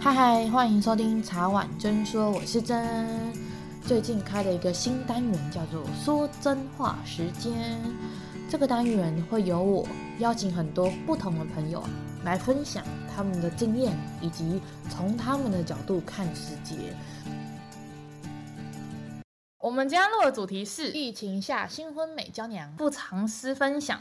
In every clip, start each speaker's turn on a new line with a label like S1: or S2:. S1: 嗨嗨，欢迎收听《茶碗真说》，我是真。最近开了一个新单元，叫做“说真话时间”。这个单元会由我邀请很多不同的朋友来分享他们的经验，以及从他们的角度看世界。我们今天录的主题是疫情下新婚美娇娘不藏私分享，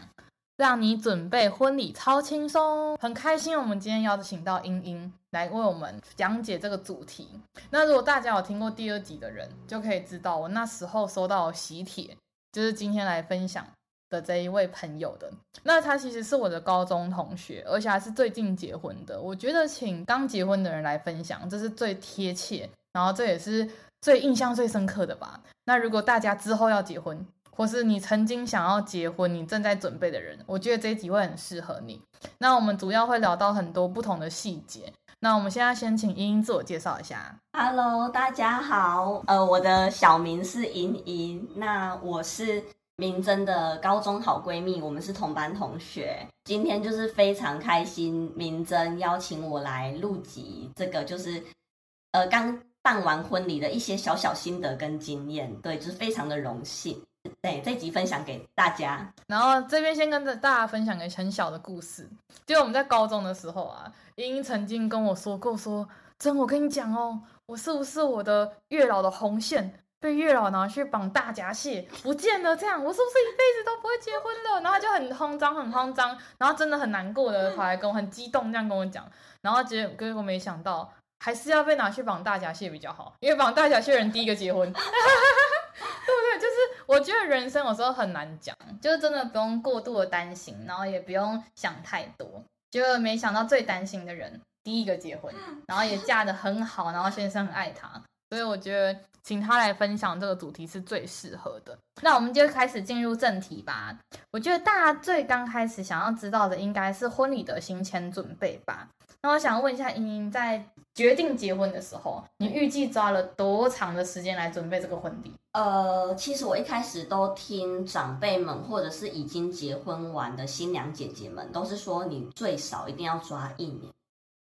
S1: 让你准备婚礼超轻松。很开心，我们今天邀请到英英来为我们讲解这个主题。那如果大家有听过第二集的人，就可以知道我那时候收到喜帖，就是今天来分享的这一位朋友的。那他其实是我的高中同学，而且还是最近结婚的。我觉得请刚结婚的人来分享，这是最贴切，然后这也是最印象最深刻的吧。那如果大家之后要结婚，或是你曾经想要结婚，你正在准备的人，我觉得这一集会很适合你。那我们主要会聊到很多不同的细节。那我们现在先请英英自我介绍一下。
S2: Hello，大家好，呃，我的小名是莹莹，那我是明真的高中好闺蜜，我们是同班同学。今天就是非常开心，明真邀请我来录集，这个就是呃刚办完婚礼的一些小小心得跟经验，对，就是非常的荣幸。对，这集分享给大家。
S1: 然后这边先跟着大家分享一个很小的故事，就我们在高中的时候啊，英英曾经跟我说过说，真我跟你讲哦，我是不是我的月老的红线被月老拿去绑大闸蟹不见了？这样我是不是一辈子都不会结婚了？然后就很慌张，很慌张，然后真的很难过的跑来跟我很激动这样跟我讲，然后结结果没想到还是要被拿去绑大闸蟹比较好，因为绑大闸蟹的人第一个结婚。对不对？就是我觉得人生有时候很难讲，
S3: 就是真的不用过度的担心，然后也不用想太多。结果没想到最担心的人第一个结婚，然后也嫁得很好，然后先生很爱她，
S1: 所以我觉得请他来分享这个主题是最适合的。
S3: 那我们就开始进入正题吧。我觉得大家最刚开始想要知道的应该是婚礼的行前准备吧。那我想问一下，莹莹在决定结婚的时候，你预计抓了多长的时间来准备这个婚礼？
S2: 呃，其实我一开始都听长辈们或者是已经结婚完的新娘姐姐们，都是说你最少一定要抓一年。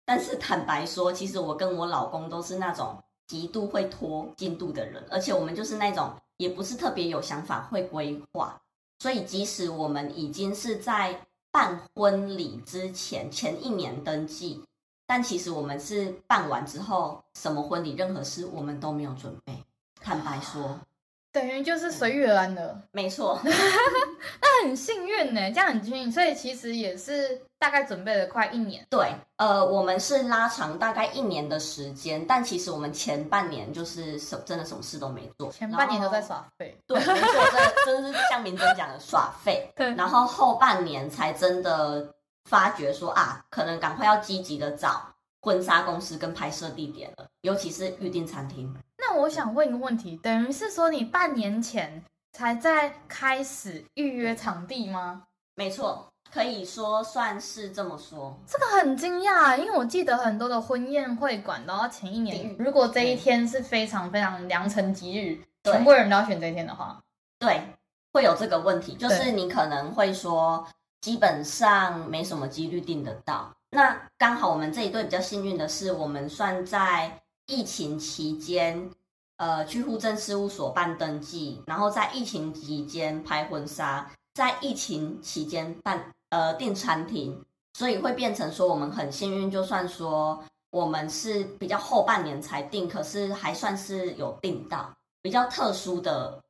S2: 但是坦白说，其实我跟我老公都是那种极度会拖进度的人，而且我们就是那种也不是特别有想法会规划，所以即使我们已经是在办婚礼之前前一年登记，但其实我们是办完之后，什么婚礼任何事我们都没有准备。坦白说，
S3: 等于
S2: 嗯
S3: 就是随遇而安的，
S2: 没错，
S3: 那很幸运呢，这样很幸运。所以其实也是大概准备了快一年，
S2: 对，呃，我们是拉长大概一年的时间，但其实我们前半年就是什真的什么事都没做，
S3: 前半年都在
S2: 然后。
S3: 耍废。
S2: 对，没错，真的真的是像明真讲的耍废。
S3: 对
S2: 然后后半年才真的发觉说啊，可能赶快要积极的找婚纱公司跟拍摄地点了，尤其是预定餐厅。
S3: 那我想问一个问题，等于是说你半年前才在开始预约场地吗？
S2: 没错，可以说算是这么说。
S3: 这个很惊讶，因为我记得很多的婚宴会馆都要前一年
S2: 嗯，
S3: 如果这一天是非常非常良辰吉日，
S2: 对
S3: 全部人都要选这一天的话，
S2: 对，会有这个问题，就
S3: 对
S2: 是你可能会说，基本上没什么几率订得到。那刚好我们这一对比较幸运的是，我们算在疫情期间，呃，去户政事务所办登记，然后在疫情期间拍婚纱，在疫情期间办呃订餐厅，所以会变成说我们很幸运，就算说我们是比较后半年才订，可是还算是有订到，比较特殊的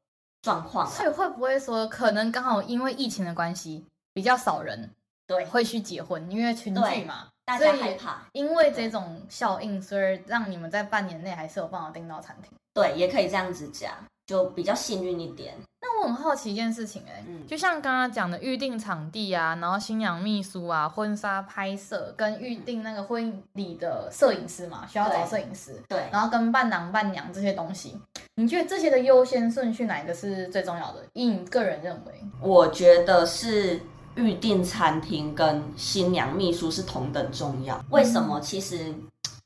S2: 状况啊啦。
S3: 所以会不会说可能刚好因为疫情的关系，比较少人
S2: 对，
S3: 会去结婚，因为群聚
S2: 对
S3: 嘛，
S2: 大
S3: 所
S2: 家
S3: 以
S2: 害怕，
S3: 因为这种效应，所以让你们在半年内还是有办法订到餐厅。
S2: 对，也可以这样子讲，就比较幸运一点。
S3: 那我很好奇一件事情、欸，哎、
S2: 嗯
S1: 就像刚刚讲的，预定场地啊，然后新娘秘书啊，婚纱拍
S3: 拍摄跟预定那个婚礼的摄影师嘛，需要找
S2: 对
S3: 摄影师，
S2: 对，
S3: 然后跟伴郎伴娘这些东西，你觉得这些的优先顺序哪一个是最重要的？以你个人认为，
S2: 我觉得是预定餐厅跟新娘秘书是同等重要。为什么？其实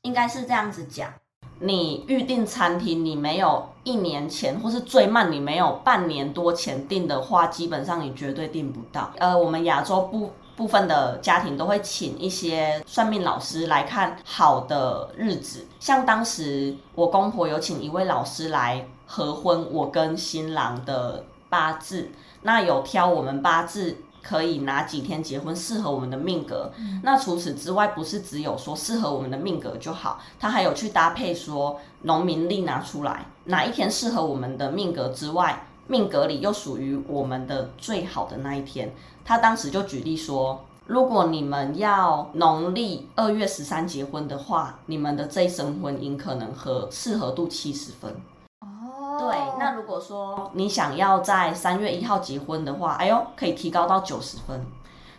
S2: 应该是这样子讲。你预定餐厅，你没有一年前，或是最慢你没有半年多前订的话，基本上你绝对订不到。呃，我们亚洲不部分的家庭都会请一些算命老师来看好的日子，像当时我公婆有请一位老师来合婚我跟新郎的八字，那有挑我们八字。可以哪几天结婚适合我们的命格？那除此之外，不是只有说适合我们的命格就好，他还有去搭配说农民历拿出来，哪一天适合我们的命格之外，命格里又属于我们的最好的那一天。他当时就举例说，如果你们要农历二月十三结婚的话，你们的这一生婚姻可能和适合度七十分。对，那
S3: 哦
S2: 如果说你想要在三月一号结婚的话，哎呦，可以提高到九十分。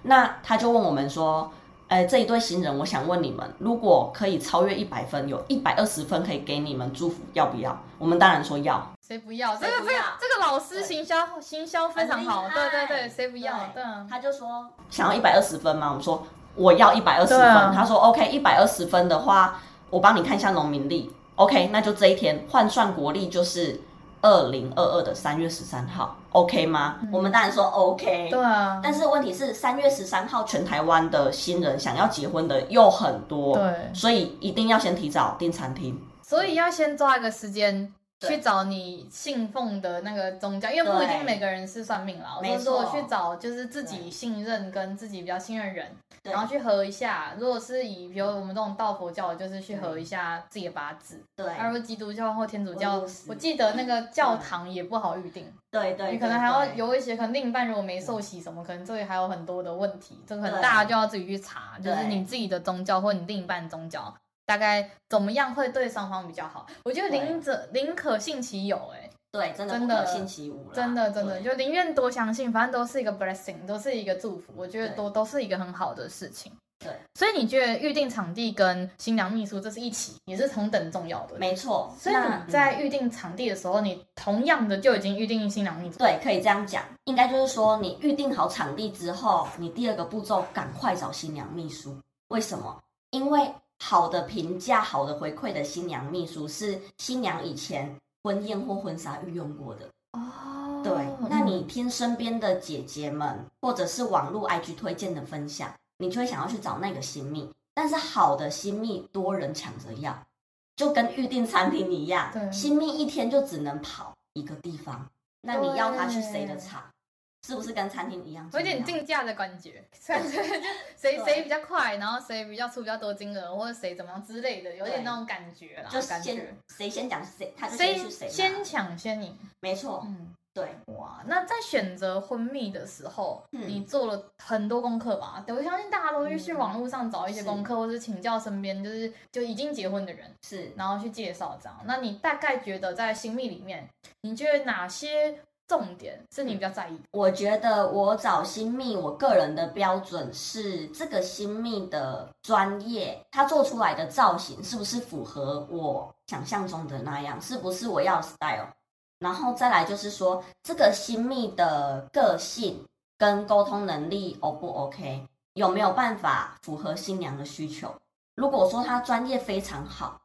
S2: 那他就问我们说，哎，这一对新人，我想问你们，如果可以超越一百分，有一百二十分可以给你们祝福，要不要？我们当然说要。
S1: 谁不要？这个
S2: 谁
S1: 这
S2: 不
S1: 个
S2: 要
S1: 这个老师行销行销非常好，
S2: 很厉
S1: 对
S2: 害
S1: 对对，谁不要？对
S2: 对
S1: 啊，
S2: 他就说想要一百二十分吗？我们说我要一百二十
S1: 对
S2: 分。
S1: 啊
S2: 他说 OK，一百二十分的话，我帮你看一下农民历。OK，那就这一天换算国历就是二零二二的三月十三号，OK 吗？我们当然说 OK。
S1: 嗯对啊，
S2: 但是问题是，三月十三号全台湾的新人想要结婚的又很多，
S1: 对
S2: 所以一定要先提早订餐厅。
S1: 所以要先抓一个时间。
S2: 对
S1: 去找你信奉的那个宗教，因为不一定
S2: 对
S1: 每个人是算命啦。我
S2: 没
S1: 是说
S2: 错
S1: 去找就是自己
S2: 对
S1: 信任跟自己比较信任人，
S2: 对
S1: 然后去合一下。如果是以比如我们这种道佛教的，就是去合一下自己的八字；，
S2: 对
S1: 而如果基督教或天主
S2: 或
S1: 教
S2: 者是，
S1: 我记得那个教堂也不好预定。
S2: 对对，
S1: 你可能
S2: 对
S1: 还要
S2: 对嗯
S1: 有一些，可能另一半如果没受洗什么，可能这里还有很多的问题，这个可能
S2: 对
S1: 大家就要自己去查，就是
S2: 对
S1: 你自己的宗教或你另一半宗教大概怎么样会对双方比较好。我觉得
S2: 对
S1: 宁者宁可信其有、欸，
S2: 对，真的
S1: 真
S2: 不
S1: 的
S2: 可信其无啦
S1: 真的真的
S2: 对
S1: 就宁愿多相信，反正都是一个 blessing，都是一个祝福，我觉得
S2: 对
S1: 都都是一个很好的事情。
S2: 对，
S1: 所以你觉得预定场地跟新娘秘书这是一起，也是同等重要的。
S2: 没错。
S1: 所以
S2: 那嗯
S1: 你在预定场地的时候，你同样的就已经预定新娘秘书。
S2: 对，可以这样讲，应该就是说，你预定好场地之后，你第二个步骤赶快找新娘秘书。为什么？因为好的评价、好的回馈的新娘秘书是新娘以前婚宴或婚纱御用过的。
S1: 哦
S2: 对，那
S1: 嗯
S2: 你听身边的姐姐们，或者是网络 IG 推荐的分享，你就会想要去找那个新蜜。但是好的新蜜多人抢着要，就跟预定餐厅
S1: 对
S2: 一样，新蜜一天就只能跑一个地方，那你要他去谁的场？是不是跟餐厅一样
S1: 有
S2: 重要？
S1: 点竞价的感 觉，感觉就谁
S2: 对
S1: 谁比较快，然后谁比较出比较多金额，或者谁怎么样之类的，有点
S2: 对
S1: 那种感觉啦，
S2: 就
S1: 感觉
S2: 先谁先讲谁，他就先
S1: 谁
S2: 去谁那
S1: 先抢先赢。
S2: 没错，
S1: 嗯，
S2: 对，
S1: 哇，那在选择婚蜜的时候，
S2: 嗯
S1: 你做了很多功课吧？对，我相信大家都会去
S2: 嗯
S1: 网络上找一些
S2: 是
S1: 功课，或是请教身边就是就已经结婚的人，
S2: 是
S1: 然后去介绍这样。那你大概觉得在新密里面，你觉得哪些重点是你比较在意的？
S2: 我觉得我找新密，我个人的标准是这个新密的专业，他做出来的造型是不是符合我想象中的那样，是不是我要的 style？然后再来就是说，这个新密的个性跟沟通能力 O 不 OK，有没有办法符合新娘的需求？如果说他专业非常好，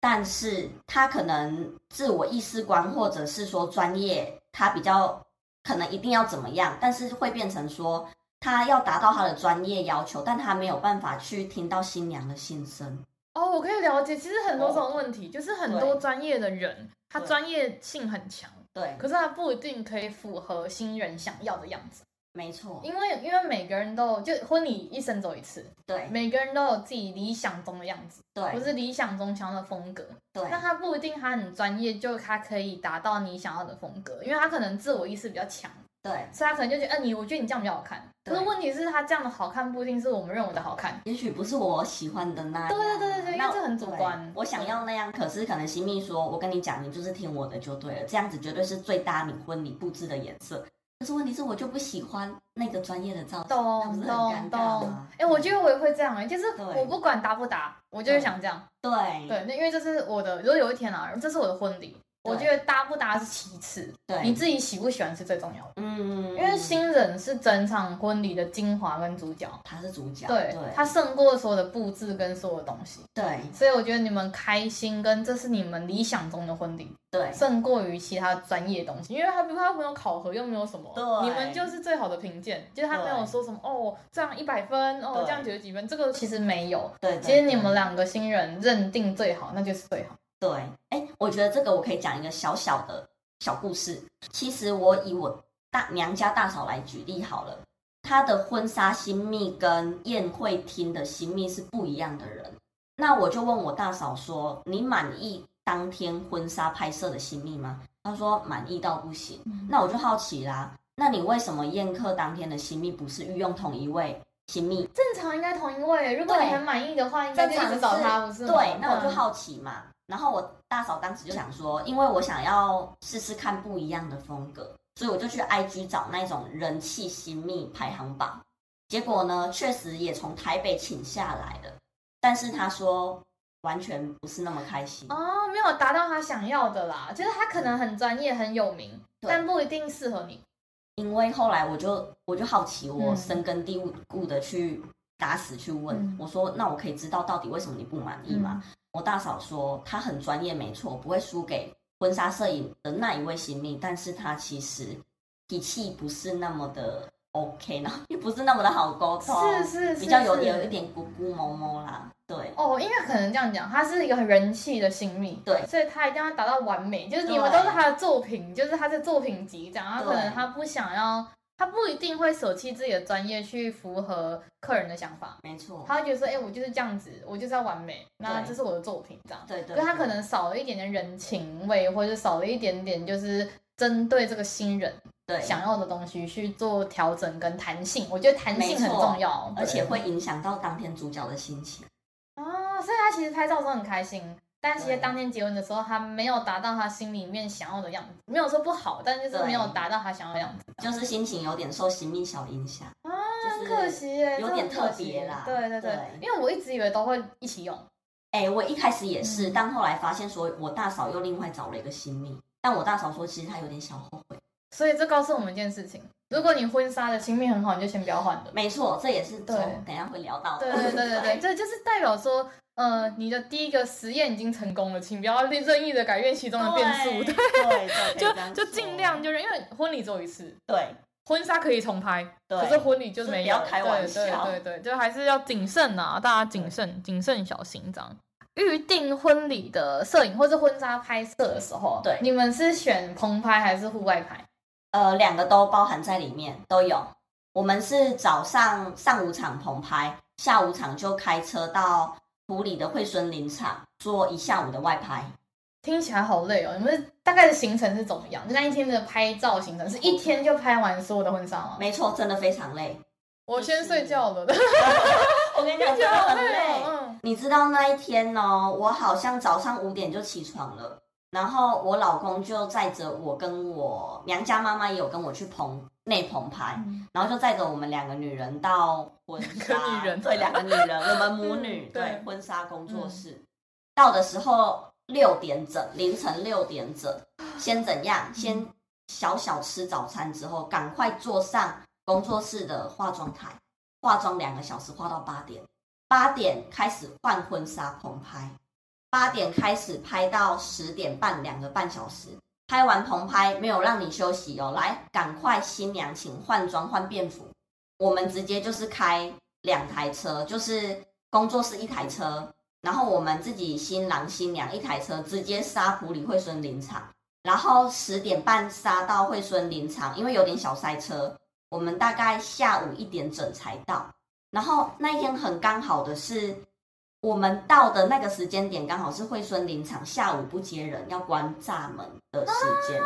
S2: 但是他可能自我意识观，或者是说专业他比较可能一定要怎么样，但是会变成说他要达到他的专业要求，但他没有办法去听到新娘的心声。
S1: 哦，我可以了解，其实很多这种问题，就是很多
S2: 哦对
S1: 专业的人，他
S2: 对
S1: 专业性很强，
S2: 对，
S1: 可是他不一定可以符合新人想要的样子，
S2: 没错，
S1: 因为因为每个人都有，就婚礼一生走一次，
S2: 对
S1: 每个人都有自己理想中的样子，或
S2: 对
S1: 是理想中想要的风格。
S2: 对
S1: 那他不一定他很专业，就他可以达到你想要的风格，因为他可能自我意识比较强，
S2: 对，
S1: 所以他可能就觉得，嗯、你我觉得你这样比较好看。可是
S2: 对
S1: 问题是，他这样的好看不一定是我们认为的好看。
S2: 也许不是我喜欢的那样。啊
S1: 对对对对对，因为
S2: 那
S1: 这很主
S2: 对
S1: 观。
S2: 我想要那样，可是可能新密说，我跟你讲，你就是听我的就对了，这样子绝对是最搭你婚礼布置的颜色。可是问题是我就不喜欢那个专业的造型，那不
S1: 懂
S2: 是很尴
S1: 懂
S2: 尬
S1: 懂
S2: 吗？。
S1: 哎、我觉得我也会这样哎、就是
S2: 对嗯
S1: 我不管答不答，我就是想这样。
S2: 对
S1: 对，那因为这是我的，如果有一天啊，这是我的婚礼，我觉得搭不搭是其次，
S2: 对，
S1: 你自己喜不喜欢是最重要的。
S2: 嗯，
S1: 因为新人是整场婚礼的精华跟主角，
S2: 他是主角，
S1: 对
S2: 对，
S1: 他胜过所有的布置跟所有的东西，
S2: 对
S1: 所以我觉得你们开心跟这是你们理想中的婚礼，
S2: 对
S1: 胜过于其他专业东西，因为他不他没有考核，又没有什么，
S2: 对
S1: 你们就是最好的评鉴，就是他没有说什么哦这样一百分，哦
S2: 对
S1: 这样九十几分，这个其实没有。
S2: 对，
S1: 其实你
S2: 对
S1: 们两个新人认定最好，那就是最好。
S2: 对，哎，我觉得这个我可以讲一个小小的小故事。其实我以我大娘家大嫂来举例好了，她的婚纱新密跟宴会厅的新密是不一样的人。那我就问我大嫂说：“你满意当天婚纱拍摄的新密吗？”她说满意到不行。那我就好奇啦，那你为什么宴客当天的新密不是御用同一位新密
S1: 正常应该同一位，如果
S2: 对
S1: 你很满意的话，应该
S2: 在
S1: 就一直找他，不是吗？
S2: 对，那我就
S1: 嗯
S2: 好奇嘛。然后我大嫂当时就想说，因为我想要试试看不一样的风格，所以我就去 IG 找那种人气新密排行榜。结果呢，确实也从台北请下来了，但是他说完全不是那么开心。
S1: 哦，没有达到他想要的啦，就是他可能很专业、很有名，
S2: 对
S1: 但不一定适合你。
S2: 因为后来我就我就好奇，我
S1: 嗯
S2: 深根蒂固的去打死去问，
S1: 嗯
S2: 我说那我可以知道到底为什么你不满意吗？我大嫂说她很专业，没错，不会输给婚纱摄影的那一位新密，但是她其实脾气不是那么的 OK，然后也不是那么的好沟通，
S1: 是是是，
S2: 比较有
S1: 是
S2: 有一点咕咕哞哞啦，对
S1: 哦，应该可能这样讲，他是一个很人气的新密，
S2: 对
S1: 所以他一定要达到完美，就是你
S2: 对
S1: 们都是他的作品，就是他的作品集这样，他可能
S2: 对
S1: 他不想要，他不一定会舍弃自己的专业去符合客人的想法，
S2: 没错，
S1: 他会觉得说，哎、我就是这样子，我就是要完美，那
S2: 对
S1: 这是我的作品这样。
S2: 对对
S1: 所以他可
S2: 对
S1: 能少了一点点人情味，或者是少了一点点就是针对这个新人
S2: 对
S1: 想要的东西去做调整跟弹性。我觉得弹性很
S2: 没错
S1: 重要，
S2: 而且
S1: 对
S2: 会影响到当天主角的心情，
S1: 啊，所以他其实拍照的时候很开心，但其实
S2: 对
S1: 当天结婚的时候，他没有达到他心里面想要的样子，没有说不好，但就是
S2: 对
S1: 没有达到他想要的样子，
S2: 就是心情有点受新密小影响
S1: 啊
S2: 就
S1: 很
S2: 是
S1: 可惜耶，真
S2: 有
S1: 的
S2: 点
S1: 很可
S2: 特别
S1: 惜
S2: 啦
S1: 对对对
S2: 对，
S1: 因为我一直以为都会一起用，
S2: 哎、我一开始也是，
S1: 嗯
S2: 但后来发现说，我大嫂又另外找了一个新密。但我大嫂说，其实她有点小后悔。
S1: 所以这告诉我们一件事情：如果你婚纱的亲密很好，你就先不要换了。
S2: 没错，这也是
S1: 对
S2: 从等一下会聊到的。
S1: 对 对 对对对，这就是代表说，呃，你的第一个实验已经成功了，请不要任意的改变其中的变数，
S2: 对对， 对可以这样
S1: 就就
S2: 说
S1: 尽量就是因为婚礼只有一次，
S2: 对
S1: 婚纱可以重拍，
S2: 对，
S1: 可是婚礼就是没有，
S2: 就是不要开玩笑
S1: 对对对对，就还是要谨慎啊，大家谨慎谨慎小心这样。预定婚礼的摄影或是婚纱拍摄的时候，
S2: 对
S1: 你们是选棚拍还是户外拍？
S2: 呃，两个都包含在里面，都有。我们是早上上午场棚拍，下午场就开车到埔里的惠孙林场做一下午的外拍。
S1: 听起来好累哦！你们大概的行程是怎么样？就那一天的拍照行程是一天就拍完所有的婚纱吗？
S2: 没错，真的非常累。
S1: 我
S2: 就是
S1: 先睡觉了，
S2: 我跟你
S1: 听
S2: 讲，
S1: 起来
S2: 真的
S1: 好
S2: 很
S1: 累
S2: 累。
S1: 哦。
S2: 你知道那一天哦，我好像早上五点就起床了，然后我老公就载着我跟我娘家妈妈也有跟我去棚内棚拍，
S1: 嗯
S2: 然后就载着我们两个女人到婚纱，
S1: 两个女人
S2: 对两个女人，我们母女、
S1: 嗯对嗯
S2: 对婚纱工作室。到的时候六点整，凌晨六点整，先怎样？先小小吃早餐之后，赶快坐上工作室的化妆台，化妆两个小时，化到八点。八点开始换婚纱棚拍，八点开始拍到十点半，两个半小时。拍完棚拍没有让你休息哦，来，赶快新娘请换装换便服。我们直接就是开两台车，就是工作室一台车，然后我们自己新郎新娘一台车，直接杀普里惠孙林场，然后十点半杀到惠孙林场，因为有点小塞车，我们大概下午一点整才到。然后那一天很刚好的是，我们到的那个时间点刚好是惠孙林场下午不接人，要关闸门的时
S1: 啊
S2: 间。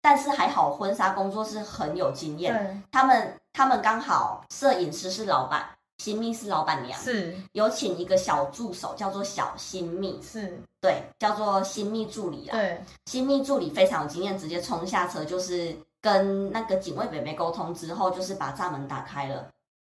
S2: 但是还好，婚纱工作室很有经验，
S1: 对，
S2: 他们他们刚好摄影师是老板，新密是老板娘，
S1: 是
S2: 有请一个小助手叫做小新密，
S1: 是，
S2: 对，叫做新密助理啦。
S1: 对，
S2: 新密助理非常有经验，直接冲下车就是跟那个警卫北北沟通之后，就是把闸门打开了。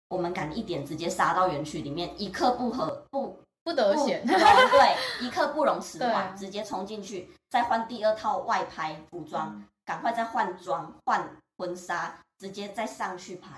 S2: 我们赶一点直接杀到园区里面，一刻不合不
S1: 不得
S2: 不
S1: 闲。
S2: 容对，一刻不容迟
S1: 对啊
S2: 缓，直接冲进去，再换第二套外拍服装，
S1: 嗯
S2: 赶快再换装换婚纱，直接再上去拍，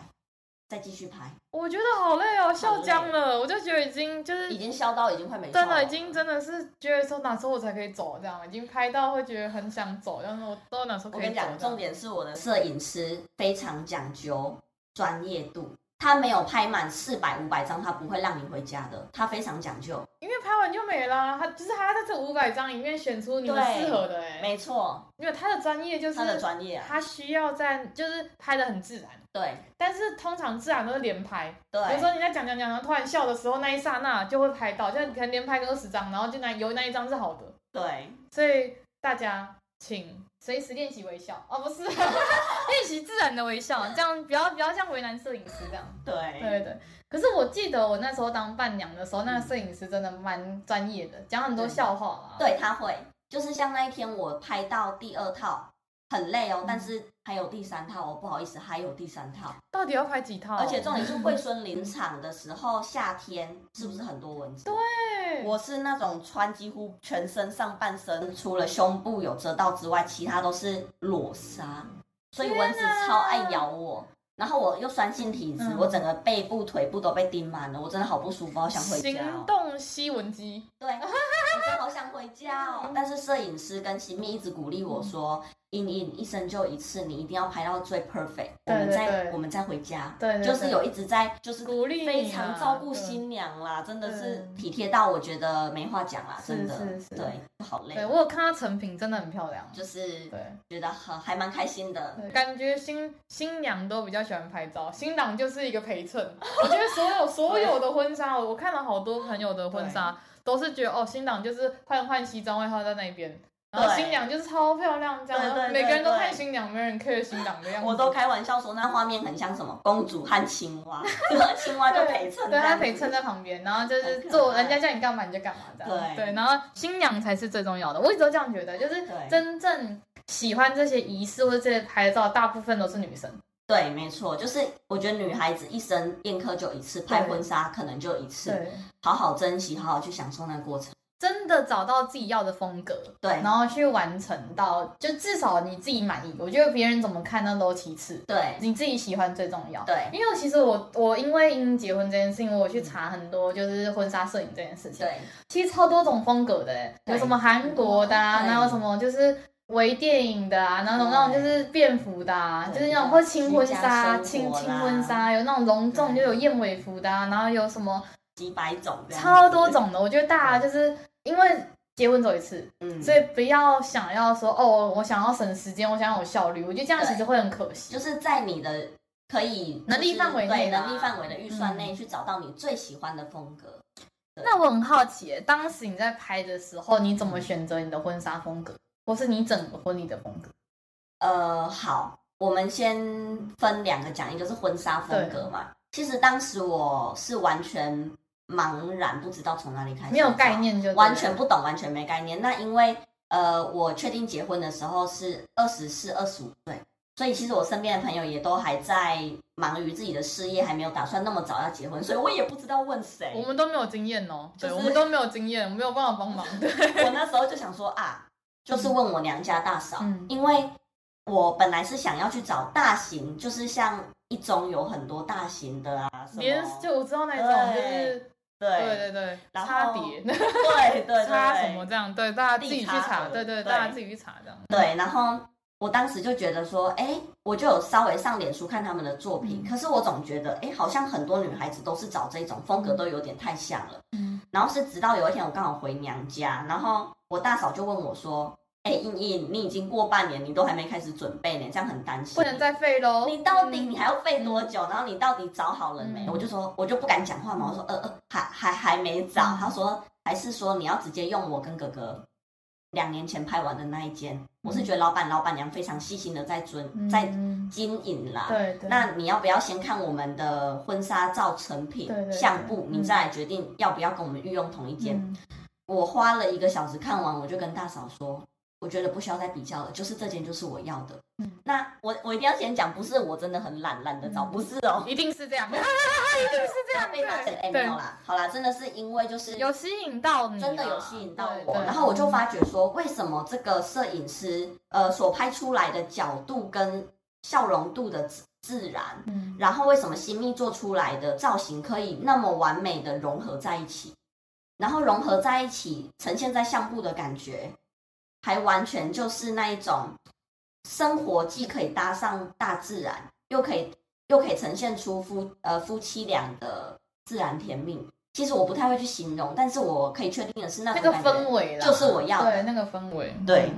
S2: 再继续拍，
S1: 我觉得好累哦，笑僵了，我就觉得已经就是
S2: 已经笑到已经快没
S1: 真
S2: 笑了
S1: 的已经真的是觉得说哪时候我才可以走这样，已经拍到会觉得很想走，然后我到哪时候
S2: 我
S1: 可以
S2: 跟你
S1: 走
S2: 讲，
S1: 这
S2: 重
S1: 样。
S2: 点是我的摄影师非常讲究专业度，他没有拍满四百五百张，他不会让你回家的，他非常讲究。
S1: 因为拍完就没啦，他就是他在这五百张里面选出你们
S2: 对
S1: 适合的哎、
S2: 没错，
S1: 因为他的专业就是
S2: 他的专业啊，
S1: 他需要在就是拍的很自然，
S2: 对
S1: 但是通常自然都是连拍，有时
S2: 对
S1: 候你在讲讲讲，然后突然笑的时候，那一刹那就会拍到，就你可能连拍个二十张，然后就那有那一张是好的，
S2: 对，
S1: 所以大家请随时练习微笑哦，不是 练习自然的微笑，这样不要不要像为难摄影师这样。
S2: 对，
S1: 对对对，可是我记得我那时候当伴娘的时候，那个摄影师真的蛮专业的，讲很多笑话啊啦。
S2: 对，他会，就是像那一天我拍到第二套很累哦，但是还有第三套哦，不好意思，还有第三套，
S1: 到底要拍几套？
S2: 而且重点是惠孙林场的时候，夏天是不是很多蚊子？对，
S1: 对
S2: 我是那种穿几乎全身上半身，除了胸部有遮到之外，其他都是裸纱，所以蚊子超爱咬我。然后我又酸性体质，
S1: 嗯
S2: 我整个背部、腿部都被叮满了，我真的好不舒服，好想回家、哦
S1: 行。动吸蚊机。
S2: 对， 我真的好想回家哦。但是摄影师跟新密一直鼓励
S1: 嗯
S2: 我说：“莹莹一生就一次，你一定要拍到最 perfect，我
S1: 对
S2: 们
S1: 对
S2: 再
S1: 对
S2: 我们再回家。”
S1: 对对对
S2: 就是有一直在就是
S1: 鼓励你啊
S2: 非常照顾新娘啦，真的是
S1: 对
S2: 体贴到我觉得没话讲啦，
S1: 是
S2: 真的
S1: 是是
S2: 对，好累
S1: 对，我有看到成品，真的很漂亮。
S2: 就是
S1: 对
S2: 觉得很还蛮开心的。
S1: 对，感觉新新娘都比较喜欢拍照，新郎就是一个陪衬。我觉得所有所有的婚纱，我我看了好多朋友的婚纱，都是觉得哦，新郎就是换换西装外套在那边，然后
S2: 对
S1: 新娘就是超漂亮这样，
S2: 对对对
S1: 每个人都
S2: 对
S1: 看新娘，没人 care 新郎的样子。
S2: 我都开玩笑说，那画面很像什么公主和青 蛙，然后青蛙就陪衬，
S1: 对他陪衬。在旁边，然后就是
S2: 很可
S1: 做
S2: 爱
S1: 人家叫你干嘛你就干嘛这样。
S2: 对
S1: 对，然后新娘才是最重要的，我一直都这样觉得，就是
S2: 对
S1: 真正喜欢这些仪式或者这些拍照，大部分都是女生。
S2: 对，没错，就是我觉得女孩子一生宴客就一次，拍
S1: 对
S2: 婚纱可能就一次，
S1: 对，
S2: 好好珍惜，好好去享受那个过程。
S1: 真的找到自己要的风格，
S2: 对
S1: 然后去完成到，就至少你自己满意。我觉得别人怎么看那都其次，
S2: 对
S1: 你自己喜欢最重要。
S2: 对
S1: 因为其实我我因为因结婚这件事情，我去查很多就是婚纱摄影这件事情，
S2: 对
S1: 其实超多种风格的欸，
S2: 对
S1: 有什么韩国的、啊，
S2: 对
S1: 然后什么就是微电影的啊，然后那种
S2: 对
S1: 就是便服的、啊，就
S2: 对
S1: 是那种
S2: 比较
S1: 会轻婚
S2: 居家生活
S1: 纱、
S2: 啦
S1: 轻轻婚纱，有那种隆重就
S2: 对
S1: 有燕尾服的、啊，然后有什么
S2: 几百种这样，
S1: 超多，种的。我觉得大家就是因为结婚走一次，
S2: 嗯，
S1: 所以不要想要说哦，我想要省时间，我想要有效率，我觉得这样
S2: 对
S1: 其实会很可惜。
S2: 就是在你的可以
S1: 能力范围
S2: 就是
S1: 内
S2: 对
S1: 啦
S2: 能力范围的预算内
S1: 嗯
S2: 去找到你最喜欢的风格。
S1: 那我很好奇耶，当时你在拍的时候，你怎么选择你的婚纱风格，或是你整个婚礼的风格？
S2: 呃，好，我们先分两个讲，一个是婚纱风格嘛。其实当时我是完全茫然，不知道从哪里开始，
S1: 没有概。念就对了
S2: 完全不懂，完全没概念。那因为呃，我确定结婚的时候是二十四、二十五岁，所以其实我身边的朋友也都还在忙于自己的事业，还没有打算那么早要结婚，所以我也不知道问
S1: 我
S2: 谁。
S1: 们都没有经验哦，对，
S2: 就是
S1: 我们都没有经验，没有办法帮忙。对，
S2: 我那时候就想说啊，就是问我娘家大嫂，
S1: 嗯
S2: 因为我本来是想要去找大型，就是像一中有很多大型的啊，什 么
S1: 连就我知道那种就是，
S2: 对
S1: 对对对，
S2: 然后
S1: 差别、
S2: 对对对
S1: 差什么这样，对，大家自己去
S2: 地查
S1: 查，
S2: 盒
S1: 对对，
S2: 对
S1: 大家自己去查这样。
S2: 对，然后我当时就觉得说，哎，我就有稍微上脸书看他们的作品，
S1: 嗯
S2: 可是我总觉得，哎，好像很多女孩子都是找这种风格，都有点太像了。
S1: 嗯
S2: 然后是直到有一天我刚好回娘家，然后我大嫂就问我说，哎，茵茵，你已经过半年，你都还没开始准备呢，这样很担心。
S1: 不能再废喽！
S2: 你到底
S1: 嗯
S2: 你还要费多久？然后你到底找好了没？
S1: 嗯
S2: 我就说，我就不敢讲话嘛。我说，呃呃，还还还没找。
S1: 嗯
S2: 他说，还是说你要直接用我跟哥哥两年前拍完的那一间？我是觉得老板老板娘非常细心的在尊、
S1: 嗯
S2: 在
S1: 嗯
S2: 经营啦。
S1: 对对，
S2: 那你要不要先看我们的婚纱照成品
S1: 对对对
S2: 相簿，你
S1: 嗯
S2: 再来决定要不要跟我们御用同一间？
S1: 嗯
S2: 我花了一个小时看完，我就跟大嫂说，我觉得不需要再比较了，就是这件就是我要的。
S1: 嗯
S2: 那我我一定要先讲，不是我真的很懒，懒得找，不是 哦，
S1: 一定是这样，一定是这样，
S2: 被发现哎
S1: 对
S2: 没有啦，好啦，真的是因为就是
S1: 有吸引到你啊，
S2: 真的有吸引到
S1: 对
S2: 我，
S1: 对
S2: 然后我就发觉说，为什么这个摄影师呃所拍出来的角度跟笑容度的自自然，
S1: 嗯
S2: 然后为什么新密做出来的造型可以那么完美的融合在一起，然后融合在一起呈现在相簿的感觉，还完全就是那一种生活既可以搭上大自然，又可以又可以呈现出夫呃夫妻俩的自然甜蜜。其实我不太会去形容，但是我可以确定的是那
S1: 那个
S2: 种感觉
S1: 氛围啦，
S2: 就是我要的
S1: 对那个氛围，
S2: 对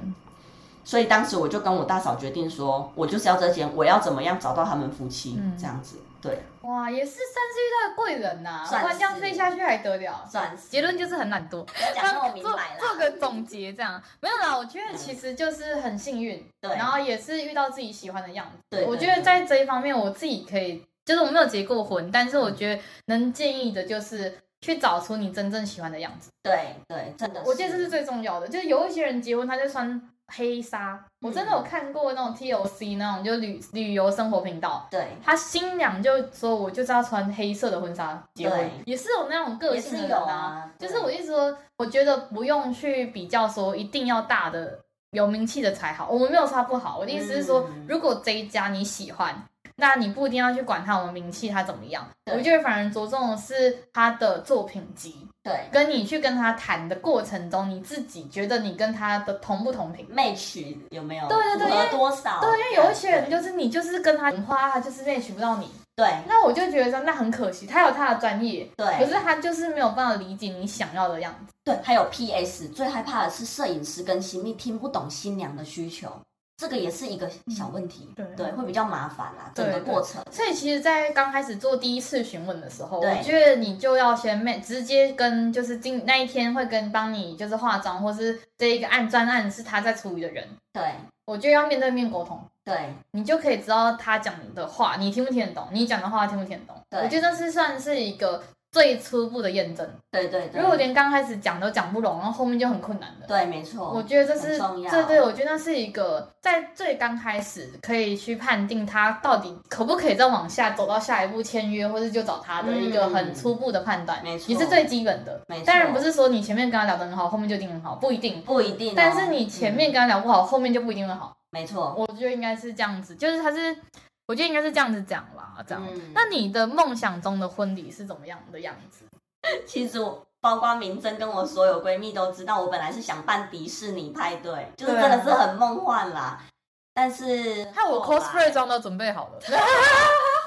S2: 所以当时我就跟我大嫂决定说，我就是要这间，我要怎么样找到他们夫妻、
S1: 嗯
S2: 这样子。对，
S1: 哇，也是算是遇到贵人呐、不
S2: 算是
S1: 然这样飞下去还得了？
S2: 算是
S1: 结论就是很懒惰。
S2: 不要讲那么明
S1: 做
S2: 白啦。
S1: 做个总结，这样没有啦。我觉得其实就是很幸运，
S2: 对
S1: 然后也是遇到自己喜欢的样子。
S2: 对对
S1: 我觉得在这一方面，我自己可以，就是我没有结过婚，但是我觉得能建议的就是去找出你真正喜欢的样子。
S2: 对对，真的是。
S1: 我觉得这是最重要的。就是有一些人结婚，他就穿黑纱，
S2: 嗯
S1: 我真的有看过那种 TOC 那种，就旅旅游生活频道。
S2: 对，
S1: 他新娘就说，我就是要穿黑色的婚纱结婚
S2: 对，
S1: 也是有那种个
S2: 也
S1: 性的
S2: 是有
S1: 人
S2: 啊，
S1: 就是我一直说，我觉得不用去比较说一定要大的有名气的才好，我们没有说他不好。我的意思是说，
S2: 嗯
S1: 如果这一家你喜欢，那你不一定要去管他我们名气他怎么样，
S2: 对
S1: 我觉得反而着重的是他的作品集，
S2: 对
S1: 跟你去跟他谈的过程中，你自己觉得你跟他的同不同频。
S2: match 有没有？
S1: 对对对
S2: 符合
S1: 因为
S2: 多少？
S1: 对，因为有一些人
S2: 对
S1: 就是你就是跟他文化，他就是 match 不到你，
S2: 对
S1: 那我就觉得说那很可惜，他有他的专业，可
S2: 对
S1: 是他就是没有办法理解你想要的样子。
S2: 对，还有 PS，最害怕的是摄影师跟新密听不懂新娘的需求，这个也是一个小问题，
S1: 嗯对
S2: 对，会比较麻烦啦，整
S1: 对
S2: 个
S1: 对
S2: 过程。
S1: 所以其实，在刚开始做第一次询问的时候，
S2: 对
S1: 我觉得你就要先面直接跟就是今那一天会跟帮你就是化妆，或是这一个案专案是他在处理的人，
S2: 对
S1: 我觉得要面对面沟通，
S2: 对
S1: 你就可以知道他讲的话你听不听得懂，你讲的话听不听得懂。
S2: 对
S1: 我觉得这是算是一个最初步的验证。
S2: 对对对，
S1: 如果连刚开始讲都讲不拢，然后后面就很困难了。
S2: 对，没错，
S1: 我觉得这是
S2: 哦很重要
S1: 对对，我觉得那是一个在最刚开始可以去判定他到底可不可以再往下走到下一步签约，或是就找他的一个
S2: 嗯
S1: 很初步的判断，
S2: 没错
S1: 也是最基本的
S2: 没。错
S1: 当然不是说你前面跟他聊得很好，后面就一定很好，不一定。
S2: 不一定哦，
S1: 但是你前面
S2: 嗯
S1: 跟他聊不好，后面就不一定会好。
S2: 没错，
S1: 我觉得应该是这样子，就是他是，我觉得应该是这样子讲啦，这样。
S2: 嗯
S1: 那你的梦想中的婚礼是怎么样的样子？
S2: 其实我包括明真跟我所有闺蜜都知道，我本来是想办迪士尼派对，就是
S1: 对
S2: 真
S1: 啊
S2: 的是很梦幻啦。但是
S1: 还有我
S2: 后来
S1: cosplay 装都准备好 了，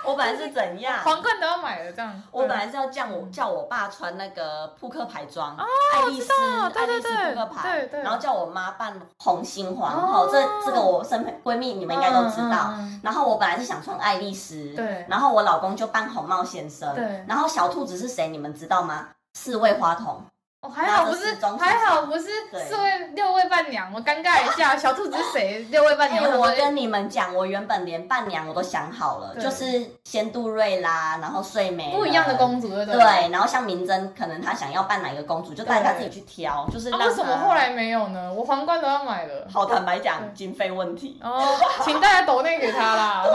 S2: 我本来是怎样？
S1: 皇冠都要买了，这样。
S2: 我本
S1: 对
S2: 来是要叫我
S1: 嗯
S2: 叫我爸穿那个扑克牌装，爱丽丝
S1: 哦道对
S2: 爱丽丝
S1: 对对
S2: 扑克牌，
S1: 对对
S2: 然后叫我妈扮红心皇后，
S1: 哦
S2: 这这个我身边闺蜜你们应该都知道。
S1: 嗯嗯嗯
S2: 然后我本来是想穿爱丽丝，
S1: 对
S2: 然后我老公就扮红帽先生，
S1: 嗯对
S2: 然后小兔子是谁你们知道吗？四位花童，
S1: 哦，还好不
S2: 拿
S1: 是
S2: 着时装，
S1: 还好不是
S2: 对
S1: 四位六位伴娘，我尴尬一下，小兔子是 谁？六位伴
S2: 哎、
S1: 娘，
S2: 我
S1: 想说
S2: 跟你们讲，我原本连伴娘我都想好了，
S1: 对
S2: 就是仙杜瑞啦，然后睡美人
S1: 哎不一样的公主，对不
S2: 对，
S1: 对？
S2: 然后像明真，可能她想要扮哪一个公主，就带她自己去挑，就是
S1: 啊，
S2: 让、
S1: 为什么后？来嗯没有呢？我皇冠都要买了。
S2: 好坦白
S1: 对
S2: 讲，经费 问题，
S1: 哦，请大家抖内给他啦。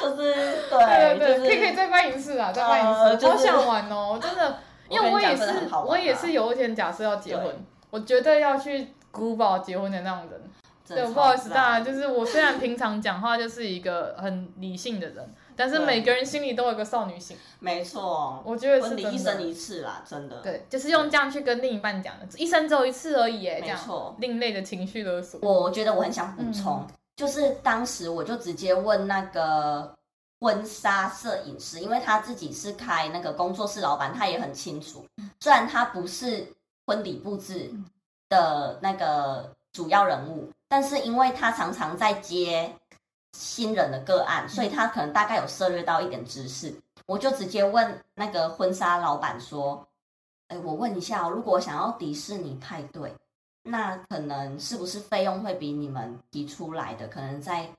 S2: 就是
S1: 对
S2: 对，
S1: 对对，可以
S2: 就
S1: 可以
S2: 是
S1: 再办一次啊，再
S2: 呃
S1: 办一次，
S2: 就
S1: 好
S2: 是
S1: 想玩哦，真 的，因为
S2: 我
S1: 我
S2: 跟你
S1: 也
S2: 讲
S1: 是
S2: 真的很好玩啊
S1: 我也是有一天假设要结婚
S2: 对，
S1: 我绝对要去古堡结婚的那种人。对，
S2: 真的
S1: 不好意思，
S2: 超赞
S1: 大家就是我虽然平常讲话就是一个很理性的人，但是
S2: 对
S1: 每个人心里都有个少女心，
S2: 没错，
S1: 我觉得是
S2: 婚
S1: 真
S2: 礼
S1: 的。
S2: 一生一次啦，真的。
S1: 对，就是用这样去跟另一半讲的，一生只有一次而已，哎，这
S2: 没
S1: 样
S2: 错
S1: 另类的情绪勒索。
S2: 我觉得我很想补充，就是当时我就直接问那个婚纱摄影师，因为他自己是开那个工作室老板，他也很清楚。虽然他不是婚礼布置的那个主要人物，但是因为他常常在接新人的个案，所以他可能大概有涉略到一点知识。我就直接问那个婚纱老板说：“哎，我问一下哦、如果我想要迪士尼派对，那可能是不是费用会比你们提出来的可能再